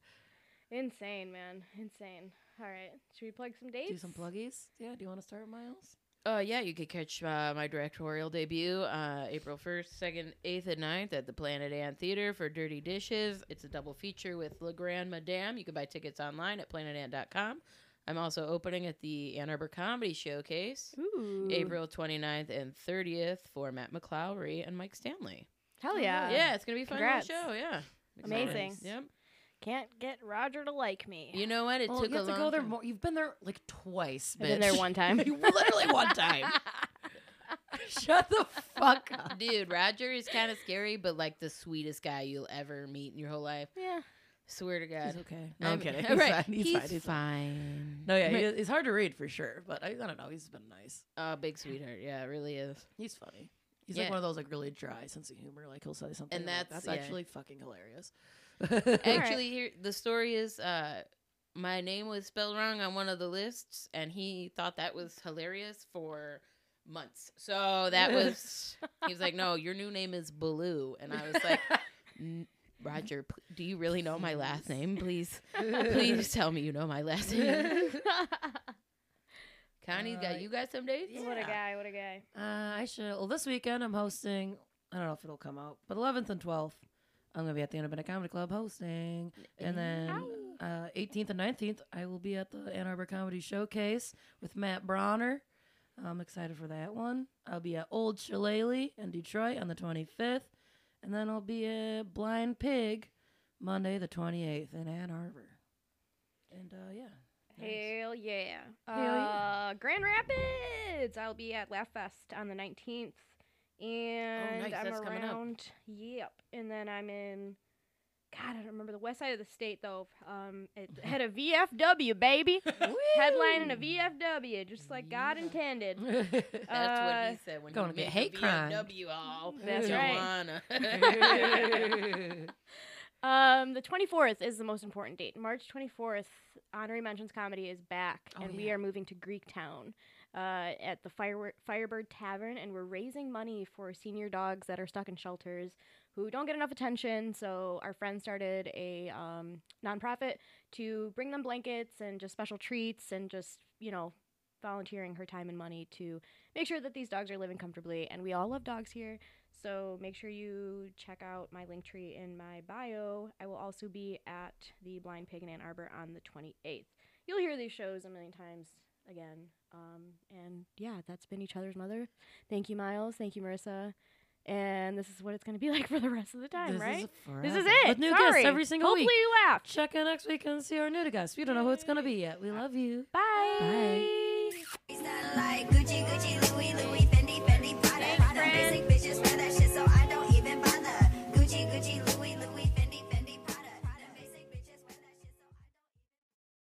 S1: Insane, man. Insane. All right. Should we plug some dates?
S2: Do some pluggies? Yeah. Do you want to start, Miles?
S3: Uh, yeah, you could catch uh, my directorial debut uh, April 1st, 2nd, 8th, and 9th at the Planet Ann Theater for Dirty Dishes. It's a double feature with La Grande Madame. You can buy tickets online at planetann.com. I'm also opening at the Ann Arbor Comedy Showcase
S1: Ooh.
S3: April 29th and 30th for Matt McClowry and Mike Stanley.
S1: Hell yeah.
S3: yeah, it's going to be a fun little
S1: Congrats.
S3: show. Yeah.
S1: Amazing.
S3: Nice. Yep.
S1: Can't get Roger to like me.
S3: You know what? It
S2: Well,
S3: took
S2: you have to
S3: a long
S2: go there
S3: time.
S2: more. You've been there like twice, bitch.
S1: I've been there one time.
S2: You literally one time. Shut the fuck up.
S3: Dude, Roger is kind of scary, but like the sweetest guy you'll ever meet in your whole life.
S1: yeah.
S3: Swear to God.
S2: He's okay. No, I'm,
S3: I'm-
S2: kidding.
S3: all
S2: He's
S3: right,
S2: fine. He's, fine. He's fine.
S3: fine.
S2: No, yeah,
S3: Right.
S2: he, he's hard to read for sure, but I, I don't know. He's been nice.
S3: Oh, big sweetheart. Yeah, it really is.
S2: He's funny. He's
S3: Yeah.
S2: like one of those like really dry sense of humor. Like he'll say something,
S3: And
S2: I'm like,
S3: that's-
S2: that's
S3: yeah.
S2: actually fucking hilarious.
S1: All right.
S3: Actually, here the story is uh my name was spelled wrong on one of the lists and he thought that was hilarious for months. So that was he was like, "No, your new name is Baloo." And I was like, "N- "Roger, pl- do you really know my last name? Please, please tell me you know my last name." Connie's
S2: Uh,
S3: got you got some dates?
S1: What a
S2: Yeah.
S1: guy. What a guy.
S2: Uh, I should. Well, this weekend I'm hosting. I don't know if it'll come out, but 11th and 12th, I'm gonna be at the Independent Comedy Club hosting, and then
S1: Ow.
S2: uh, 18th and 19th I will be at the Ann Arbor Comedy Showcase with Matt Bronner. I'm excited for that one. I'll be at Old Shillelagh in Detroit on the 25th, and then I'll be at Blind Pig Monday the 28th in Ann Arbor. And uh, yeah,
S1: Hell yeah.
S2: Hell yeah.
S1: uh, Grand Rapids. I'll be at Laugh Fest on the 19th. And
S3: Oh, nice,
S1: I'm
S3: that's coming up.
S1: around. Yep. And then I'm in, God, I don't remember the west side of the state, though. Um, it had a VFW, baby. Headline in a VFW, just like God
S3: Yeah.
S1: intended.
S3: That's what
S1: Uh,
S3: he said when
S2: gonna
S3: he
S2: get
S3: made
S2: hate
S3: the
S2: crime.
S3: VFW all.
S1: That's
S3: Joanna.
S1: Um, the 24th is the most important date. March 24th, Honorary Mentions Comedy is back,
S2: Oh,
S1: and we
S2: yeah.
S1: are moving to Greektown uh, at the Firework Firebird Tavern, and we're raising money for senior dogs that are stuck in shelters who don't get enough attention. So our friend started a um, nonprofit to bring them blankets and just special treats and just you know volunteering her time and money to make sure that these dogs are living comfortably. And we all love dogs here. So make sure you check out my link tree in my bio. I will also be at the Blind Pig in Ann Arbor on the 28th. You'll hear these shows a million times again. Um, and yeah, that's been each other's mother. Thank you, Miles. Thank you, Marissa. And this is what it's going to be like for the rest of the time,
S2: This is
S1: right? this
S2: forever.
S1: is it.
S2: With new
S1: Sorry.
S2: guests every single
S1: Hopefully
S2: week.
S1: you laughed.
S2: Check in next week and see our new guests. We don't know who it's gonna be yet. We love you.
S1: Bye.
S2: Bye.
S4: It's not like Gucci